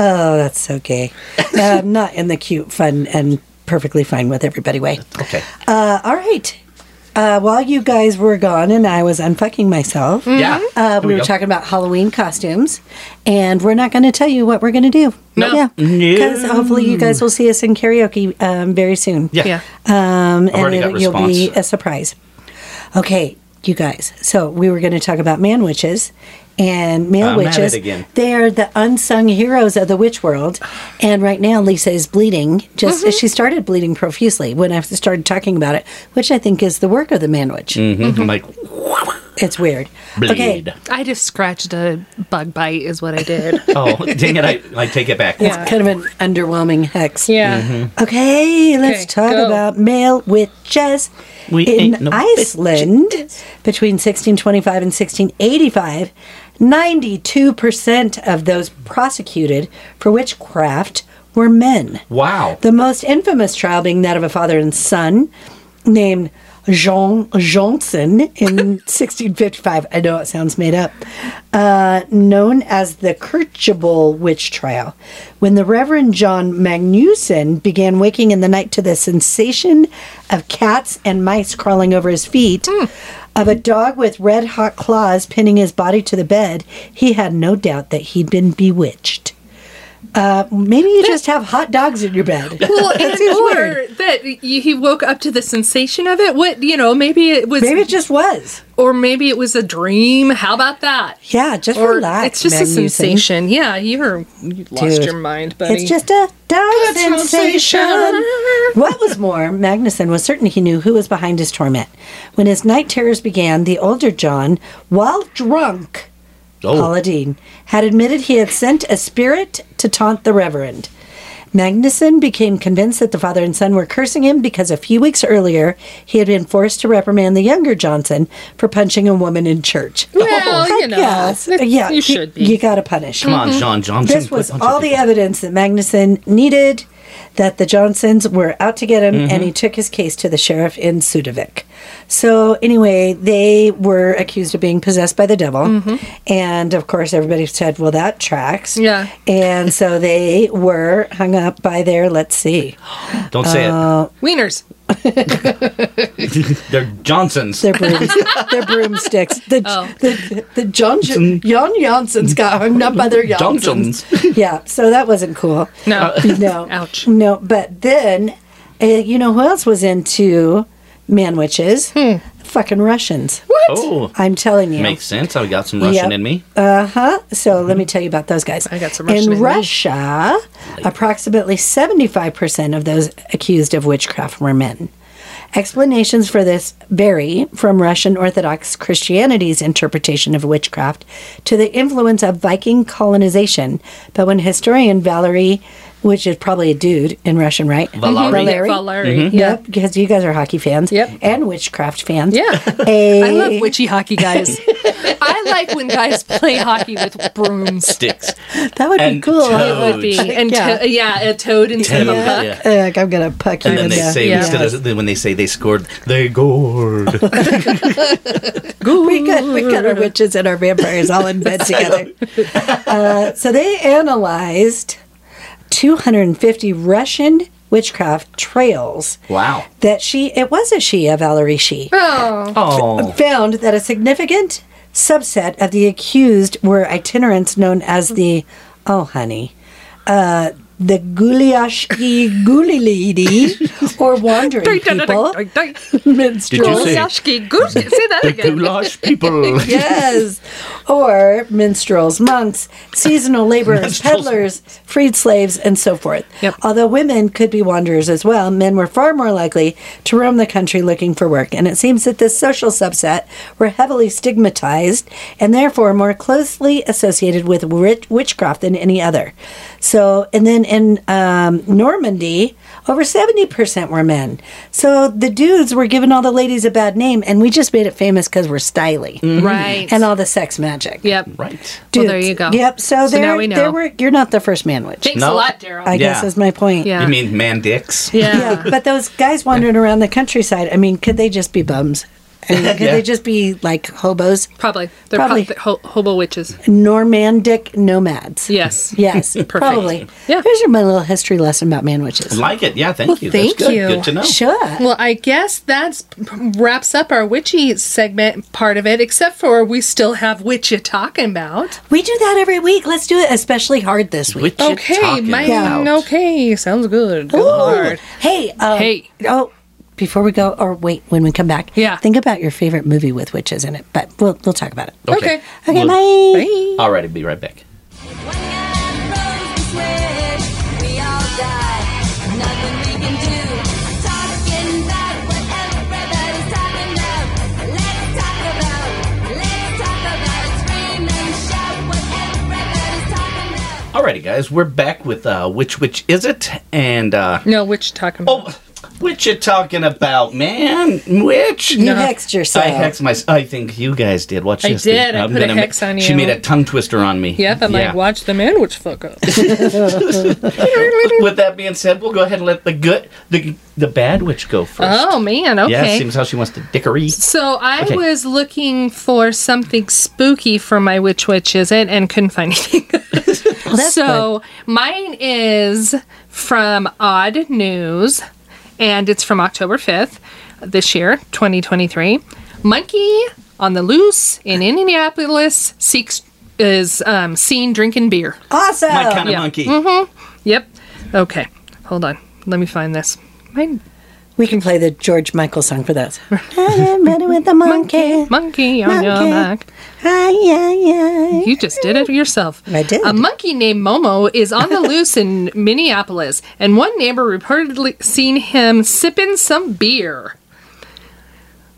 [SPEAKER 3] Oh, that's so gay. No, I'm not in the cute, fun, and perfectly fine with everybody way.
[SPEAKER 4] okay.
[SPEAKER 3] Uh, all right. Uh, while you guys were gone and I was unfucking myself,
[SPEAKER 4] Yeah.
[SPEAKER 3] uh,
[SPEAKER 4] Here
[SPEAKER 3] we were
[SPEAKER 4] go.
[SPEAKER 3] talking about Halloween costumes, and we're not going to tell you what we're going to do.
[SPEAKER 5] No.
[SPEAKER 3] Yeah. Because
[SPEAKER 4] No.
[SPEAKER 3] hopefully you guys will see us in karaoke um, very soon.
[SPEAKER 4] Yeah.
[SPEAKER 5] yeah.
[SPEAKER 3] Um, and
[SPEAKER 4] already
[SPEAKER 3] it,
[SPEAKER 4] got
[SPEAKER 3] you'll be
[SPEAKER 4] response.
[SPEAKER 3] a surprise. Okay, you guys. So we were going to talk about man witches and male
[SPEAKER 4] I'm at
[SPEAKER 3] witches.
[SPEAKER 4] it again.
[SPEAKER 3] They are the unsung heroes of the witch world. And right now, Lisa is bleeding. Just she started bleeding profusely when I started talking about it, which I think is the work of the man witch.
[SPEAKER 4] Mhm. I'm like
[SPEAKER 3] It's weird.
[SPEAKER 4] bleed.
[SPEAKER 3] Mm-hmm. Okay,
[SPEAKER 5] I just scratched a bug bite, is what I did.
[SPEAKER 4] Oh, dang it! I, I take it back.
[SPEAKER 3] it's kind of an underwhelming hex.
[SPEAKER 5] yeah.
[SPEAKER 3] Mm-hmm.
[SPEAKER 4] Mm.
[SPEAKER 3] Okay, let's
[SPEAKER 5] Okay,
[SPEAKER 3] talk
[SPEAKER 5] go.
[SPEAKER 3] about male witches
[SPEAKER 4] We ain't
[SPEAKER 3] in
[SPEAKER 4] no
[SPEAKER 3] Iceland between 1625 and 1685. 92% of those prosecuted for witchcraft were men.
[SPEAKER 4] Wow.
[SPEAKER 3] The most infamous trial being that of a father and son named Jean Johnson in 1655. I know it sounds made up. Uh, known as the Kirchable witch trial. When the Reverend John Magnuson began waking in the night to the sensation of cats and mice crawling over his feet, of a dog with red hot claws pinning his body to the bed, he had no doubt that he'd been bewitched. Uh, maybe you just have hot dogs in your bed.
[SPEAKER 5] Well,
[SPEAKER 3] That
[SPEAKER 5] and,
[SPEAKER 3] seems
[SPEAKER 5] or
[SPEAKER 3] weird.
[SPEAKER 5] that y- he woke up to the sensation of it. What you know, maybe it was,
[SPEAKER 3] Maybe it just was.
[SPEAKER 5] or maybe it was a dream. How about that?
[SPEAKER 3] Yeah, just
[SPEAKER 5] Or
[SPEAKER 3] relax.
[SPEAKER 5] it's just
[SPEAKER 3] Magnuson.
[SPEAKER 5] a sensation. Yeah, you're you lost
[SPEAKER 3] Dude,
[SPEAKER 5] your mind, buddy.
[SPEAKER 3] It's just a dog sensation. what was more, Magnuson was certain he knew who was behind his torment. When his night terrors began, the older John, while drunk,
[SPEAKER 4] Oh,
[SPEAKER 3] Paladine, had admitted he had sent a spirit to taunt the Reverend. Magnuson became convinced that the father and son were cursing him because a few weeks earlier he had been forced to reprimand the younger Johnson for punching a woman in church.
[SPEAKER 5] well, you
[SPEAKER 3] Heck
[SPEAKER 5] know,
[SPEAKER 3] yes.
[SPEAKER 5] it-
[SPEAKER 3] yeah,
[SPEAKER 5] you should be.
[SPEAKER 3] You gotta punish.
[SPEAKER 4] Come on, John Johnson.
[SPEAKER 3] Mm-hmm. This was
[SPEAKER 4] Quit punching
[SPEAKER 3] all the
[SPEAKER 4] people.
[SPEAKER 3] evidence that Magnuson needed that the Johnsons were out to get him, and
[SPEAKER 5] Mm-hmm.
[SPEAKER 3] he took his case to the sheriff in Sudovik. So, anyway, they were accused of being possessed by the devil.
[SPEAKER 5] Mm-hmm.
[SPEAKER 3] And of course, everybody said, well, that tracks.
[SPEAKER 5] Yeah.
[SPEAKER 3] And so they were hung up by their, let's see,
[SPEAKER 4] Don't say
[SPEAKER 3] uh,
[SPEAKER 5] wieners.
[SPEAKER 4] it. <laughs> They're Johnsons.
[SPEAKER 3] their,
[SPEAKER 5] <laughs>
[SPEAKER 3] brooms, their broomsticks. The,
[SPEAKER 5] Oh.
[SPEAKER 3] the, the Johnson, Jan Johnsons got hung up by their Johnsons.
[SPEAKER 4] Johnsons.
[SPEAKER 3] <laughs> Yeah. So that wasn't cool. Uh,
[SPEAKER 5] No,
[SPEAKER 3] no.
[SPEAKER 5] <laughs> Ouch.
[SPEAKER 3] No, but then, uh, you know who else was into man witches?
[SPEAKER 5] Hmm.
[SPEAKER 3] Fucking Russians.
[SPEAKER 4] Oh,
[SPEAKER 3] I'm telling you.
[SPEAKER 4] makes sense. I've got some Russian
[SPEAKER 3] Yep.
[SPEAKER 4] in me.
[SPEAKER 3] Uh huh. So let me tell you about those guys.
[SPEAKER 5] Mm-hmm. I got some Russian in
[SPEAKER 3] in
[SPEAKER 5] me.
[SPEAKER 3] Russia. Approximately 75% of those accused of witchcraft were men. Explanations for this vary from Russian Orthodox Christianity's interpretation of witchcraft to the influence of Viking colonization. But when historian Valery, which is probably a dude in Russian, right?
[SPEAKER 5] Mm-hmm.
[SPEAKER 4] Valery.
[SPEAKER 3] Valery.
[SPEAKER 5] Valerie. Yeah.
[SPEAKER 3] Yep, because you guys are hockey fans.
[SPEAKER 5] Yep.
[SPEAKER 3] And witchcraft fans.
[SPEAKER 5] Yeah.
[SPEAKER 3] <laughs> A-
[SPEAKER 5] I love witchy hockey
[SPEAKER 3] <laughs>
[SPEAKER 5] guys. I like when guys play hockey with brooms.
[SPEAKER 3] <laughs>
[SPEAKER 4] Sticks.
[SPEAKER 3] That would be
[SPEAKER 4] and
[SPEAKER 3] cool.
[SPEAKER 4] toes.
[SPEAKER 5] It would be and
[SPEAKER 3] Yeah.
[SPEAKER 5] yeah, yeah a toad instead of a
[SPEAKER 4] Yeah.
[SPEAKER 5] puck.
[SPEAKER 4] Yeah.
[SPEAKER 3] Uh, like I'm gonna puck you
[SPEAKER 4] And then
[SPEAKER 3] in
[SPEAKER 4] they
[SPEAKER 3] the
[SPEAKER 4] say <laughs>
[SPEAKER 5] Yeah.
[SPEAKER 4] instead of then when they say they scored, they
[SPEAKER 3] <laughs>
[SPEAKER 4] gored.
[SPEAKER 3] we got we got our witches and our vampires all
[SPEAKER 4] <laughs>
[SPEAKER 3] in bed together. Uh, so they analyzed 250 Russian witchcraft trails
[SPEAKER 4] wow.
[SPEAKER 3] that she it was a she a Valerie she <laughs>
[SPEAKER 4] Oh,
[SPEAKER 3] found that a significant subset of the accused were itinerants known as the oh honey uh, the guliashki gulilidi or
[SPEAKER 5] <laughs>
[SPEAKER 3] wandering people
[SPEAKER 4] you
[SPEAKER 3] minstrels
[SPEAKER 4] say-
[SPEAKER 5] Yashki, good. Say that again.
[SPEAKER 4] goulash
[SPEAKER 3] <laughs>
[SPEAKER 4] people.
[SPEAKER 3] yes. Or minstrels, monks, seasonal laborers,
[SPEAKER 4] Minstrels.
[SPEAKER 3] peddlers, freed slaves, and so forth.
[SPEAKER 5] Yep.
[SPEAKER 3] Although women could be wanderers as well, men were far more likely to roam the country looking for work. And it seems that this social subset were heavily stigmatized and therefore more closely associated with witch- witchcraft than any other. So, and then in um, Normandy, over 70% were men. So the dudes were giving all the ladies a bad name, and we just made it famous because we're styly
[SPEAKER 5] <laughs> Right.
[SPEAKER 3] and all the sex magic.
[SPEAKER 5] Yep.
[SPEAKER 4] Right.
[SPEAKER 5] Well,
[SPEAKER 3] Dudes.
[SPEAKER 5] there you go.
[SPEAKER 3] Yep. So,
[SPEAKER 5] So
[SPEAKER 3] there,
[SPEAKER 5] now we know.
[SPEAKER 3] there were. You're not the first man witch.
[SPEAKER 5] Thanks
[SPEAKER 4] No.
[SPEAKER 5] a lot, Daryl.
[SPEAKER 3] I
[SPEAKER 5] Yeah.
[SPEAKER 3] guess
[SPEAKER 4] Yeah.
[SPEAKER 3] is my point.
[SPEAKER 5] Yeah.
[SPEAKER 4] You mean man dicks?
[SPEAKER 3] Yeah, but those guys wandering around the countryside. I mean, could they just be bums? I mean, could
[SPEAKER 4] Yeah.
[SPEAKER 3] they just be like hobos,
[SPEAKER 5] Probably. They're
[SPEAKER 3] Probably.
[SPEAKER 5] probably ho- hobo witches.
[SPEAKER 3] Normandic nomads?
[SPEAKER 5] Yes. <laughs>
[SPEAKER 3] Yes, probably.
[SPEAKER 5] Yeah.
[SPEAKER 3] Here's your my little history lesson about man witches.
[SPEAKER 4] Like it? Yeah. Thank you.
[SPEAKER 5] thank
[SPEAKER 4] That's good.
[SPEAKER 5] you.
[SPEAKER 4] Good to know.
[SPEAKER 3] Sure.
[SPEAKER 5] Well, I guess that's wraps up our witchy segment part of it, except for we still have witch you talking about.
[SPEAKER 3] We do that every week. Let's do it especially hard this week.
[SPEAKER 4] What you talking about?
[SPEAKER 5] okay, sounds good. Go hard.
[SPEAKER 3] Oh, Hey. Um,
[SPEAKER 5] Hey.
[SPEAKER 3] Oh, before we go, or wait, when we come back,
[SPEAKER 5] Yeah.
[SPEAKER 3] Think about your favorite movie with witches in it, but we'll we'll talk about it.
[SPEAKER 5] Okay.
[SPEAKER 3] Okay,
[SPEAKER 4] Well,
[SPEAKER 3] bye.
[SPEAKER 4] All right. I'll be right back.
[SPEAKER 7] One night rose was red, we all die. Nothing we can do. Talking about whatever everybody's talking about. Let's talk about. Let's talk about it. Scream and shout whatever everybody's talking about.
[SPEAKER 4] Alrighty, guys, we're back with uh, which which is it? And uh,
[SPEAKER 5] No, witch talking about.
[SPEAKER 4] oh, What you talking about, man? Which
[SPEAKER 3] You hexed yourself.
[SPEAKER 4] I hexed my. I think you guys did. Watch
[SPEAKER 5] I
[SPEAKER 4] this.
[SPEAKER 5] did. I put a
[SPEAKER 4] gonna ma-
[SPEAKER 5] hex on
[SPEAKER 4] She
[SPEAKER 5] you.
[SPEAKER 4] made a tongue twister on me.
[SPEAKER 5] Yep, I'm
[SPEAKER 4] Yeah.
[SPEAKER 5] like, watch the sandwich fuck up.
[SPEAKER 4] With that being said, we'll go ahead and let the good, the the bad witch go first.
[SPEAKER 5] oh man, okay.
[SPEAKER 4] Yeah, seems how she wants to dickery.
[SPEAKER 5] So I
[SPEAKER 4] Okay.
[SPEAKER 5] was looking for something spooky for my Witch Witch Is It and couldn't find anything. <laughs> so mine is from Odd News and it's from October 5th this year, 2023. Monkey on the loose in Indianapolis seeks is um, seen drinking beer.
[SPEAKER 3] Awesome.
[SPEAKER 4] My kind of
[SPEAKER 5] yeah.
[SPEAKER 4] monkey.
[SPEAKER 5] Yep. Okay. Hold on. Let me find this. Mine
[SPEAKER 3] We can play the George Michael song for <laughs> that. Running with the monkey.
[SPEAKER 5] monkey on your
[SPEAKER 3] Monkey.
[SPEAKER 5] back.
[SPEAKER 3] Hi, yeah, yeah.
[SPEAKER 5] You just did it yourself.
[SPEAKER 3] I did.
[SPEAKER 5] A monkey named Momo is
[SPEAKER 3] <laughs>
[SPEAKER 5] on the loose in Minneapolis, and one neighbor reportedly seen him sipping some beer.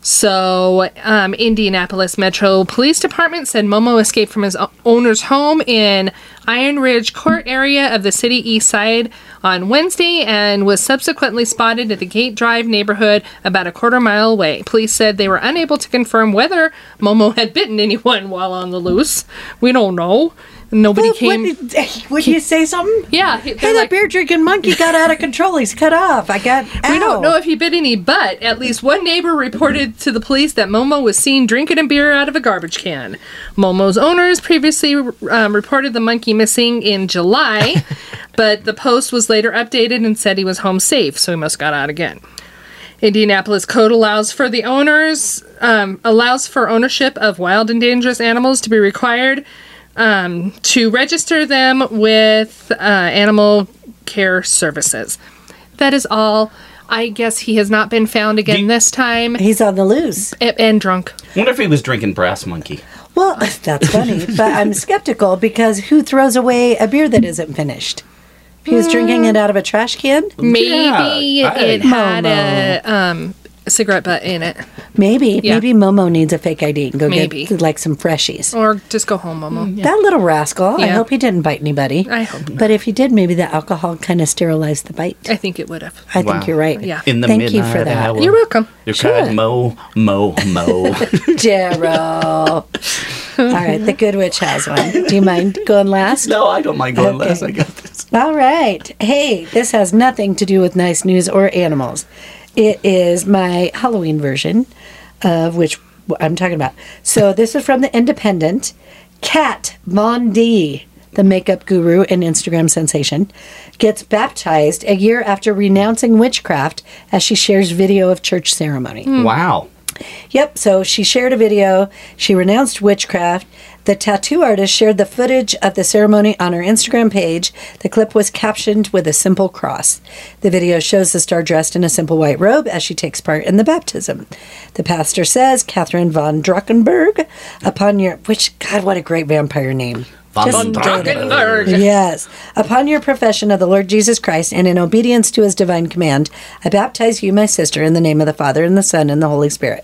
[SPEAKER 5] So, um, Indianapolis Metro Police Department said Momo escaped from his o- owner's home in Iron Ridge Court area of the city east side on Wednesday and was subsequently spotted at the Gate Drive neighborhood about a quarter mile away. Police said they were unable to confirm whether Momo had bitten anyone while on the loose. We don't know. Nobody
[SPEAKER 3] What,
[SPEAKER 5] came.
[SPEAKER 3] did, would you say something?
[SPEAKER 5] yeah, he- they're
[SPEAKER 3] Hey, that
[SPEAKER 5] like,
[SPEAKER 3] beer drinking monkey got out of control. He's cut off. I got.
[SPEAKER 5] We don't know if he bit any butt. At least one neighbor reported to the police that Momo was seen drinking a beer out of a garbage can. Momo's owners previously um, reported the monkey missing in
[SPEAKER 3] <laughs>
[SPEAKER 5] July, but the post was later updated and said he was home safe, so he must got out again. Indianapolis code allows for the owners um, allows for ownership of wild and dangerous animals to be required um, to register them with uh, animal care services. That is all. I guess he has not been found again
[SPEAKER 4] Do-
[SPEAKER 5] this time
[SPEAKER 3] He's on the loose.
[SPEAKER 5] and, and drunk.
[SPEAKER 4] Wonder if he was drinking brass monkey.
[SPEAKER 3] Well, <laughs> that's funny, but I'm skeptical because who throws away a beer that isn't finished? If he was drinking it out of a trash can,
[SPEAKER 5] Maybe
[SPEAKER 4] Yeah, I-
[SPEAKER 5] it had a um, cigarette butt in it.
[SPEAKER 3] maybe,
[SPEAKER 5] Yeah.
[SPEAKER 3] maybe Momo needs a fake ID and go
[SPEAKER 5] Maybe.
[SPEAKER 3] get like some freshies.
[SPEAKER 5] Or just go home,
[SPEAKER 4] Mm,
[SPEAKER 5] Momo.
[SPEAKER 3] That little rascal. I
[SPEAKER 5] Yeah.
[SPEAKER 3] hope he didn't bite anybody.
[SPEAKER 5] I hope not.
[SPEAKER 3] But if he did, maybe the alcohol kind of sterilized the bite.
[SPEAKER 5] I think it would have.
[SPEAKER 3] I
[SPEAKER 4] Wow.
[SPEAKER 3] think you're right.
[SPEAKER 5] Yeah.
[SPEAKER 4] In the uh,
[SPEAKER 3] Thank
[SPEAKER 4] midnight
[SPEAKER 3] you for that.
[SPEAKER 4] hour.
[SPEAKER 5] You're welcome.
[SPEAKER 4] You're kind of mo mo mo. <laughs>
[SPEAKER 3] Daryl. All right, the good witch has one. Do you mind going last?
[SPEAKER 4] no, I don't mind going last.
[SPEAKER 3] Okay.
[SPEAKER 4] I got this.
[SPEAKER 3] All right. Hey, this has nothing to do with nice news or animals. It is my Halloween version of which I'm talking about. So this is from the Independent. Kat Von D, the makeup guru and Instagram sensation, gets baptized a year after renouncing witchcraft as she shares video of church ceremony.
[SPEAKER 5] Mm.
[SPEAKER 4] Wow.
[SPEAKER 3] Yep. So she shared a video. She renounced witchcraft. The tattoo artist shared the footage of the ceremony on her Instagram page. The clip was captioned with a simple cross. The video shows the star dressed in a simple white robe as she takes part in the baptism. The pastor says, Catherine von Druckenberg, upon your, which, God, what a great vampire name.
[SPEAKER 4] Von
[SPEAKER 5] Druckenberg.
[SPEAKER 3] Yes. Upon your profession of the Lord Jesus Christ and in obedience to his divine command, I baptize you, my sister, in the name of the Father, and the Son, and the Holy Spirit.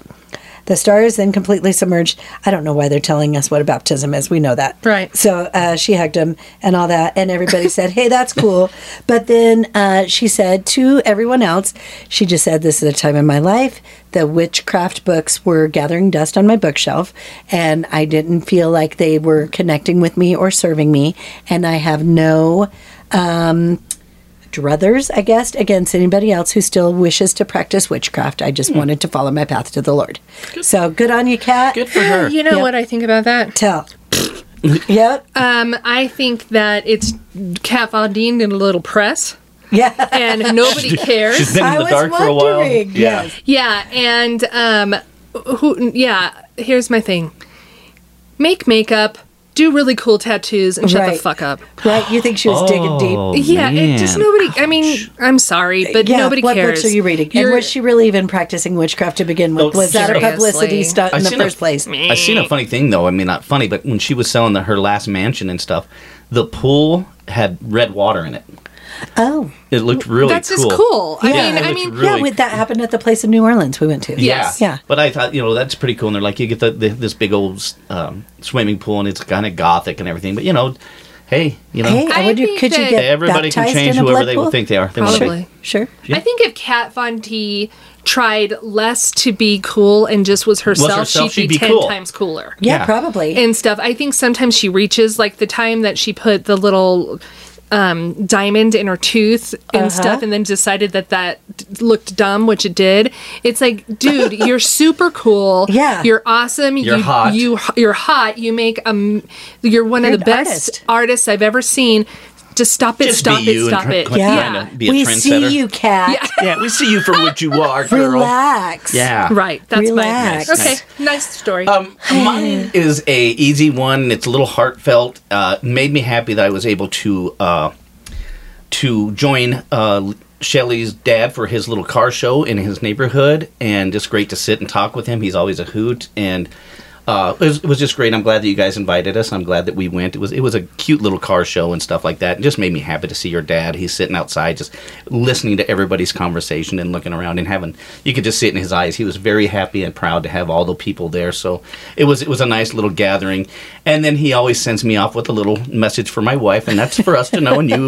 [SPEAKER 3] The star is then completely submerged. I don't know why they're telling us what a baptism is. We know that.
[SPEAKER 5] Right.
[SPEAKER 3] So uh, she hugged him and all that. And everybody said, hey, that's cool. But then uh, she said to everyone else, she just said, this is a time in my life. The witchcraft books were gathering dust on my bookshelf. And I didn't feel like they were connecting with me or serving me. And I have no Um, druthers, I guess, against anybody else who still wishes to practice witchcraft. I
[SPEAKER 4] Hmm.
[SPEAKER 3] just wanted to follow my path to the Lord. So good on you, Kat.
[SPEAKER 4] Good for her.
[SPEAKER 5] You know what I think about
[SPEAKER 4] <laughs>
[SPEAKER 5] that?
[SPEAKER 3] Tell. yep.
[SPEAKER 5] Um, I think that it's Kat Von Dien in a little press,
[SPEAKER 3] yeah.
[SPEAKER 4] <laughs>
[SPEAKER 5] and nobody
[SPEAKER 4] She's
[SPEAKER 5] cares.
[SPEAKER 4] been in the dark for a while. Yeah.
[SPEAKER 3] Yes.
[SPEAKER 5] Yeah, and um, who? Yeah, here's my thing: make makeup, do really cool tattoos, and shut the
[SPEAKER 3] Right.
[SPEAKER 5] fuck up.
[SPEAKER 3] Right. You think she was digging
[SPEAKER 4] Oh,
[SPEAKER 3] deep.
[SPEAKER 5] yeah, it just
[SPEAKER 4] man.
[SPEAKER 5] nobody. I mean, I'm sorry, but
[SPEAKER 3] Yeah,
[SPEAKER 5] nobody
[SPEAKER 3] what
[SPEAKER 5] cares.
[SPEAKER 3] books are you reading?
[SPEAKER 5] You're-
[SPEAKER 3] and was she really even practicing witchcraft to begin with?
[SPEAKER 4] Oh,
[SPEAKER 3] was that a
[SPEAKER 5] seriously.
[SPEAKER 3] publicity stunt
[SPEAKER 4] I
[SPEAKER 3] in the
[SPEAKER 4] seen a-
[SPEAKER 3] first place?
[SPEAKER 4] I seen a funny thing though. I mean, not funny, but when she was selling the, her last mansion and stuff, the pool had red water in it.
[SPEAKER 3] Oh,
[SPEAKER 4] It looked really
[SPEAKER 5] That's
[SPEAKER 4] cool.
[SPEAKER 5] just cool. I
[SPEAKER 4] Yeah,
[SPEAKER 5] mean,
[SPEAKER 4] it
[SPEAKER 5] I
[SPEAKER 4] looked
[SPEAKER 5] mean,
[SPEAKER 4] Really
[SPEAKER 3] yeah. With that happened at the place in New Orleans we went to.
[SPEAKER 4] Yeah.
[SPEAKER 3] Yeah.
[SPEAKER 4] But I thought, you know, that's pretty cool. And they're like, you get the, the, this big old um, swimming pool and it's kind of gothic and everything. But, you know, hey, you know,
[SPEAKER 3] Hey, I
[SPEAKER 5] I
[SPEAKER 3] wonder,
[SPEAKER 5] think
[SPEAKER 3] could you
[SPEAKER 5] that-
[SPEAKER 3] get
[SPEAKER 4] everybody can
[SPEAKER 3] baptized
[SPEAKER 4] change
[SPEAKER 3] in a
[SPEAKER 4] whoever
[SPEAKER 3] blood
[SPEAKER 4] they
[SPEAKER 3] pool?
[SPEAKER 4] think they are. They wanna be.
[SPEAKER 5] Probably.
[SPEAKER 3] Sure.
[SPEAKER 5] I think if Kat Von D tried less to be cool and just was herself,
[SPEAKER 4] herself,
[SPEAKER 5] she'd, be, ten
[SPEAKER 4] cool.
[SPEAKER 5] times cooler.
[SPEAKER 3] Yeah,
[SPEAKER 4] Yeah.
[SPEAKER 3] probably.
[SPEAKER 5] and stuff. I think sometimes she reaches, like the time that she put the little um, diamond in her tooth and stuff, and then decided that that d- looked dumb, which it did. It's like, dude, you're super cool.
[SPEAKER 3] Yeah.
[SPEAKER 5] you're awesome.
[SPEAKER 4] You're
[SPEAKER 5] you,
[SPEAKER 4] hot.
[SPEAKER 5] You you're hot. You make um, you're one
[SPEAKER 3] You're
[SPEAKER 5] of the
[SPEAKER 3] an
[SPEAKER 5] best
[SPEAKER 3] artist.
[SPEAKER 5] artists I've ever seen. Just stop it.
[SPEAKER 4] Just
[SPEAKER 5] stop
[SPEAKER 4] be
[SPEAKER 5] it.
[SPEAKER 4] you and
[SPEAKER 5] Stop
[SPEAKER 4] try-
[SPEAKER 5] it.
[SPEAKER 4] quit
[SPEAKER 5] yeah.
[SPEAKER 4] trying to be a
[SPEAKER 3] we
[SPEAKER 4] trendsetter.
[SPEAKER 3] see you, Cat.
[SPEAKER 4] Yeah, we see you for what you are, girl.
[SPEAKER 3] Relax.
[SPEAKER 4] Yeah.
[SPEAKER 5] Right. That's
[SPEAKER 3] Relax.
[SPEAKER 5] my
[SPEAKER 3] Nice,
[SPEAKER 5] okay. Nice story.
[SPEAKER 4] Um, mine is a easy one. It's a little heartfelt. Uh, made me happy that I was able to uh, to join uh, Shelly's dad for his little car show in his neighborhood, and just great to sit and talk with him. He's always a hoot, and uh, it, was, it was just great. I'm glad that you guys invited us. I'm glad that we went. It was it was a cute little car show and stuff like that. It just made me happy to see your dad. He's sitting outside, just listening to everybody's conversation and looking around and having. You could just see it in his eyes. He was very happy and proud to have all the people there. So it was it was a nice little gathering. And then he always sends me off with a little message for my wife, and that's for us to know and you <laughs>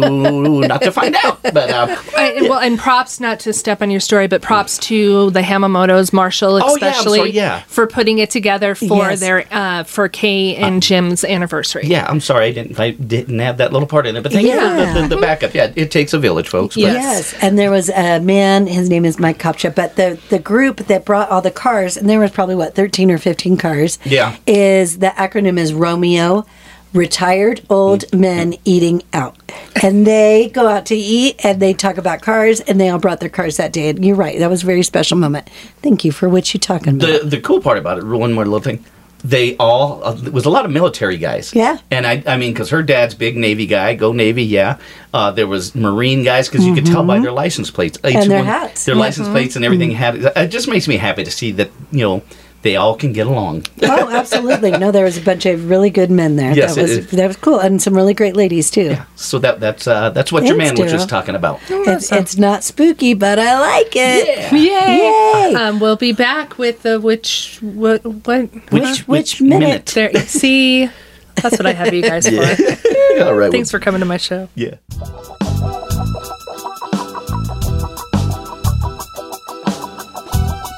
[SPEAKER 4] not to find out. But uh,
[SPEAKER 5] I, well, and props not to step on your story, but props to the Hamamoto's Marshall,
[SPEAKER 4] Oh, yeah, I'm
[SPEAKER 5] especially
[SPEAKER 4] sorry, yeah.
[SPEAKER 5] for putting it together for
[SPEAKER 3] Yes.
[SPEAKER 5] their uh, for Kay and Jim's anniversary.
[SPEAKER 4] yeah, I'm sorry I didn't I didn't have that little part in it. But thank you for the,
[SPEAKER 3] Yeah.
[SPEAKER 4] the, the backup. Yeah, it takes a village, folks. But
[SPEAKER 3] Yes. and there was a man. His name is Mike Kopcha, but the the group that brought all the cars, and there was probably what thirteen or fifteen cars.
[SPEAKER 4] Yeah.
[SPEAKER 3] is the acronym is Romeo, retired
[SPEAKER 4] Mm-hmm.
[SPEAKER 3] old men eating out, and they go out to eat and they talk about cars, and they all brought their cars that day. And you're right, that was a very special moment. Thank you for what you're talking about.
[SPEAKER 4] the the cool part about it, one more little thing, they all uh, it was a lot of military guys.
[SPEAKER 3] Yeah.
[SPEAKER 4] and I I mean because her dad's big Navy guy, go Navy, yeah. Uh, there was Marine guys because you could tell by their license plates, Each
[SPEAKER 3] Mm-hmm. And their hats. Mm-hmm.
[SPEAKER 4] their license plates and everything had. It just makes me happy to see that you know they all can get along.
[SPEAKER 3] oh, absolutely. No, there was a bunch of really good men there.
[SPEAKER 4] Yes,
[SPEAKER 3] that
[SPEAKER 4] it
[SPEAKER 3] was
[SPEAKER 4] is.
[SPEAKER 3] that was cool, and some really great ladies too.
[SPEAKER 4] So that that's uh, that's what your
[SPEAKER 3] Thanks,
[SPEAKER 4] man was just
[SPEAKER 3] Daryl.
[SPEAKER 4] talking about.
[SPEAKER 3] It's, it's not spooky, but I like it.
[SPEAKER 5] Yay!
[SPEAKER 3] Yay.
[SPEAKER 5] Um, we'll be back with the which what what
[SPEAKER 3] Which- which minute?
[SPEAKER 5] there. See, that's what I have
[SPEAKER 4] <laughs>
[SPEAKER 5] you guys for.
[SPEAKER 4] All right.
[SPEAKER 5] Thanks for coming to my show.
[SPEAKER 4] yeah.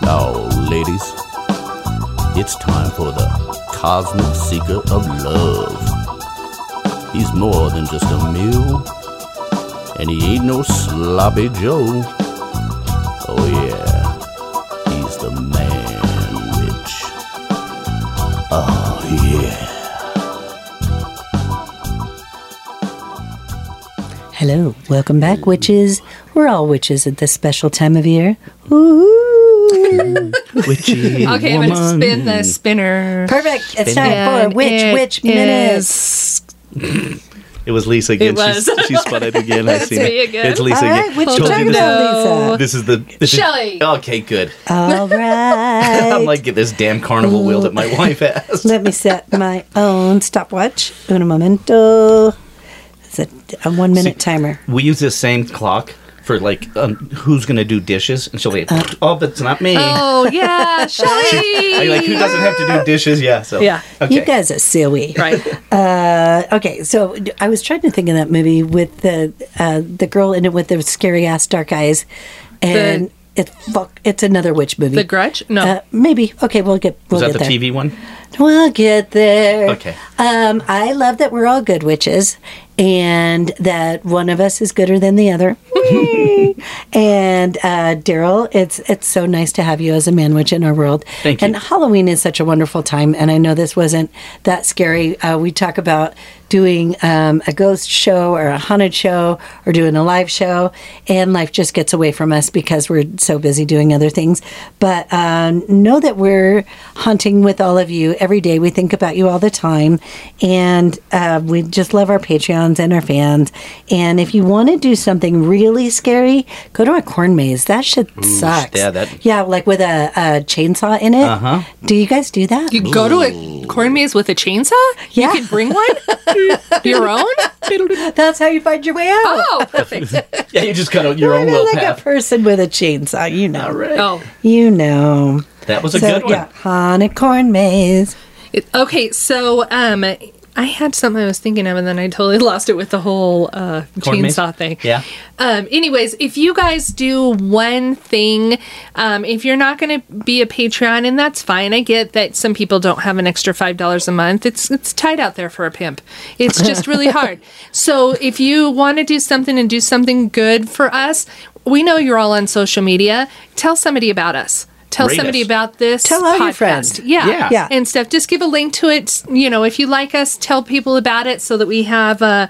[SPEAKER 8] Now, ladies, it's time for the Cosmic Seeker of Love. He's more than just a mule, and he ain't no sloppy Joe. Oh, yeah, he's the man witch. Oh, yeah.
[SPEAKER 3] Hello, welcome back, witches. We're all witches at this special time of year. Ooh.
[SPEAKER 4] Witchy
[SPEAKER 5] Okay, I'm gonna spin the spinner.
[SPEAKER 3] Perfect. It's time
[SPEAKER 5] And
[SPEAKER 3] for Witch
[SPEAKER 5] it
[SPEAKER 3] Witch Minutes.
[SPEAKER 5] is-
[SPEAKER 9] It was Lisa again.
[SPEAKER 5] It was.
[SPEAKER 9] She's, she spun it
[SPEAKER 5] <laughs>
[SPEAKER 9] again. I seen
[SPEAKER 5] me
[SPEAKER 9] it.
[SPEAKER 5] again.
[SPEAKER 9] It's Lisa
[SPEAKER 3] All right,
[SPEAKER 9] again.
[SPEAKER 3] what you
[SPEAKER 9] Told
[SPEAKER 3] talking
[SPEAKER 9] this,
[SPEAKER 3] about, Lisa?
[SPEAKER 9] this is the this is-
[SPEAKER 5] Shelly.
[SPEAKER 4] Okay, good.
[SPEAKER 3] All
[SPEAKER 4] <laughs> <laughs> I'm
[SPEAKER 3] right.
[SPEAKER 4] like get this damn carnival wheel that my wife has.
[SPEAKER 3] <laughs> Let me set my own stopwatch. Uno momento. It's a, a one minute timer.
[SPEAKER 4] we use this same clock for like um, who's gonna do dishes, and she'll be
[SPEAKER 3] Uh,
[SPEAKER 4] like, "Oh, but it's not me."
[SPEAKER 5] Oh
[SPEAKER 4] <laughs>
[SPEAKER 5] yeah,
[SPEAKER 4] I,
[SPEAKER 5] Shelly.
[SPEAKER 4] like who doesn't have to do dishes? Yeah. So
[SPEAKER 5] Yeah.
[SPEAKER 4] Okay.
[SPEAKER 3] You guys are silly.
[SPEAKER 5] Right.
[SPEAKER 3] Uh, okay, so d- I was trying to think of that movie with the uh, the girl in it with the scary ass dark eyes, and it's fuck. It's another witch movie.
[SPEAKER 5] The Grudge? No.
[SPEAKER 3] Uh, maybe. Okay, we'll get we'll
[SPEAKER 4] Was that
[SPEAKER 3] get
[SPEAKER 4] the
[SPEAKER 3] there.
[SPEAKER 4] TV one?
[SPEAKER 3] We'll get there.
[SPEAKER 4] Okay.
[SPEAKER 3] Um, I love that we're all good witches, and that one of us is gooder than the other. <laughs> and uh, Daryl, it's it's so nice to have you as a man witch in our world.
[SPEAKER 4] Thank you.
[SPEAKER 3] And Halloween is such a wonderful time, and I know this wasn't that scary. Uh, we talk about doing um, a ghost show or a haunted show or doing a live show, and life just gets away from us because we're so busy doing other things. But um, know that we're hunting with all of you every day. We think about you all the time, and uh, we just love our Patreons and our fans. And if you want to do something really scary, go to a corn maze. That shit sucks.
[SPEAKER 4] yeah, that-
[SPEAKER 3] Yeah, like with a, a chainsaw in it. Uh-huh. Do you guys do that?
[SPEAKER 5] You go to a corn maze with a chainsaw?
[SPEAKER 3] Yeah.
[SPEAKER 5] You could bring <laughs> one? Your own?
[SPEAKER 3] <laughs> That's how you find your way <laughs> out.
[SPEAKER 5] Oh, perfect.
[SPEAKER 4] Yeah, you just cut out your own
[SPEAKER 3] Kinda
[SPEAKER 4] little
[SPEAKER 3] like a
[SPEAKER 4] path.
[SPEAKER 3] person with a chainsaw, you know.
[SPEAKER 5] Oh.
[SPEAKER 3] You know.
[SPEAKER 4] That was a
[SPEAKER 3] so
[SPEAKER 4] good one.
[SPEAKER 3] yeah, haunted corn maze.
[SPEAKER 5] It- Okay, so um I had something I was thinking of, and then I totally <laughs> lost it with the whole uh,
[SPEAKER 4] Corn maze?
[SPEAKER 5] chainsaw thing.
[SPEAKER 4] Yeah.
[SPEAKER 5] Um, anyways, if you guys do one thing, um, if you're not going to be a Patreon, and that's fine. I get that some people don't have an extra five dollars a month. It's it's tight out there for a pimp. It's
[SPEAKER 4] <laughs>
[SPEAKER 5] just really hard. So if you want to do something and do something good for us, we know you're all on social media. Tell somebody about us. Tell
[SPEAKER 4] Rate
[SPEAKER 5] somebody
[SPEAKER 4] us.
[SPEAKER 5] about this.
[SPEAKER 3] Tell all your
[SPEAKER 5] podcast.
[SPEAKER 3] friends.
[SPEAKER 5] Yeah.
[SPEAKER 4] Yeah.
[SPEAKER 3] Yeah.
[SPEAKER 5] And stuff. Just give a link to it. You know, if you like us, tell people about it so that we have uh,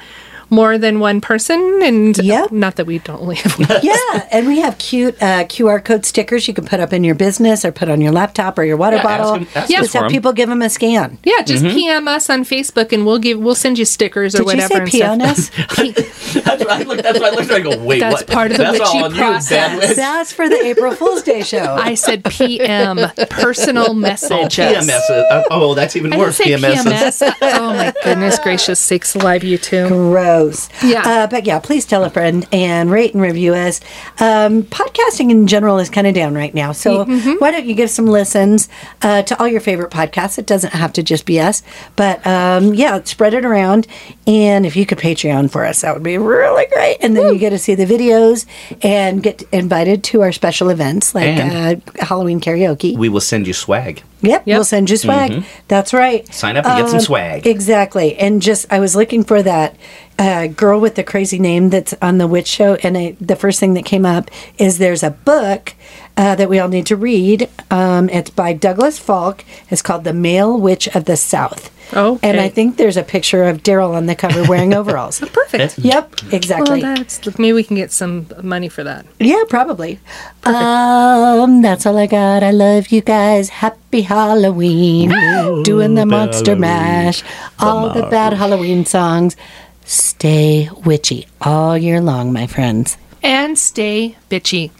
[SPEAKER 5] more than one person. And
[SPEAKER 3] Yep.
[SPEAKER 5] not that we don't only have one.
[SPEAKER 3] <laughs> yeah, and we have cute uh, QR code stickers you can put up in your business or put on your laptop or your water
[SPEAKER 4] Yeah, ask
[SPEAKER 3] bottle.
[SPEAKER 4] them- ask
[SPEAKER 5] Yeah. us
[SPEAKER 3] Just
[SPEAKER 5] for
[SPEAKER 3] have
[SPEAKER 4] 'em.
[SPEAKER 3] people give them a scan.
[SPEAKER 5] Yeah, just PM us on Facebook and we'll give we'll send you stickers or
[SPEAKER 3] Did
[SPEAKER 5] whatever.
[SPEAKER 3] you say pee on
[SPEAKER 5] and stuff.
[SPEAKER 3] us?
[SPEAKER 4] That's what I looked. That's what I looked at. I go, wait,
[SPEAKER 5] That's
[SPEAKER 4] what?
[SPEAKER 5] part of the
[SPEAKER 4] That's
[SPEAKER 5] witchy
[SPEAKER 4] all on you, bad
[SPEAKER 5] process.
[SPEAKER 4] witch.
[SPEAKER 3] That's for the April Fool's Day
[SPEAKER 5] <laughs>
[SPEAKER 3] show.
[SPEAKER 5] I said PM, <laughs> personal
[SPEAKER 4] Oh,
[SPEAKER 5] message. us.
[SPEAKER 4] PMS. Uh, oh, that's even
[SPEAKER 5] I didn't
[SPEAKER 4] worse.
[SPEAKER 5] say
[SPEAKER 4] PMS.
[SPEAKER 5] PMS. oh my goodness gracious sakes alive, you two.
[SPEAKER 3] Gross.
[SPEAKER 5] Yeah.
[SPEAKER 3] Uh, but yeah, please tell a friend and rate and review us. Um, podcasting in general is kind of down right now. So why don't you give some listens uh, to all your favorite podcasts? It doesn't have to just be us. But um, yeah, spread it around. And if you could Patreon for us, that would be really great. And then you get to see the videos and get invited to our special events like
[SPEAKER 4] And-
[SPEAKER 3] uh, Halloween karaoke.
[SPEAKER 4] We will send you swag.
[SPEAKER 3] Yep, we'll send you swag. That's right.
[SPEAKER 4] Mm-hmm.
[SPEAKER 3] Um,
[SPEAKER 4] Sign up and get some swag.
[SPEAKER 3] Exactly. And just, I was looking for that uh, girl with the crazy name that's on the witch show, and I, the first thing that came up is there's a book uh, that we all need to read. Um, it's by Douglas Falk. It's called The Male Witch of the South.
[SPEAKER 5] Okay.
[SPEAKER 3] And I think there's a picture of Daryl on the cover
[SPEAKER 4] <laughs>
[SPEAKER 3] wearing overalls.
[SPEAKER 5] Perfect.
[SPEAKER 3] Yep, exactly.
[SPEAKER 5] Well, that's maybe we can get some money for that.
[SPEAKER 3] Yeah, probably. Um, that's all I got. I love you guys. Happy Halloween. Doing the monster mash. All the bad Halloween songs. Stay witchy all year long, my friends.
[SPEAKER 5] And stay bitchy.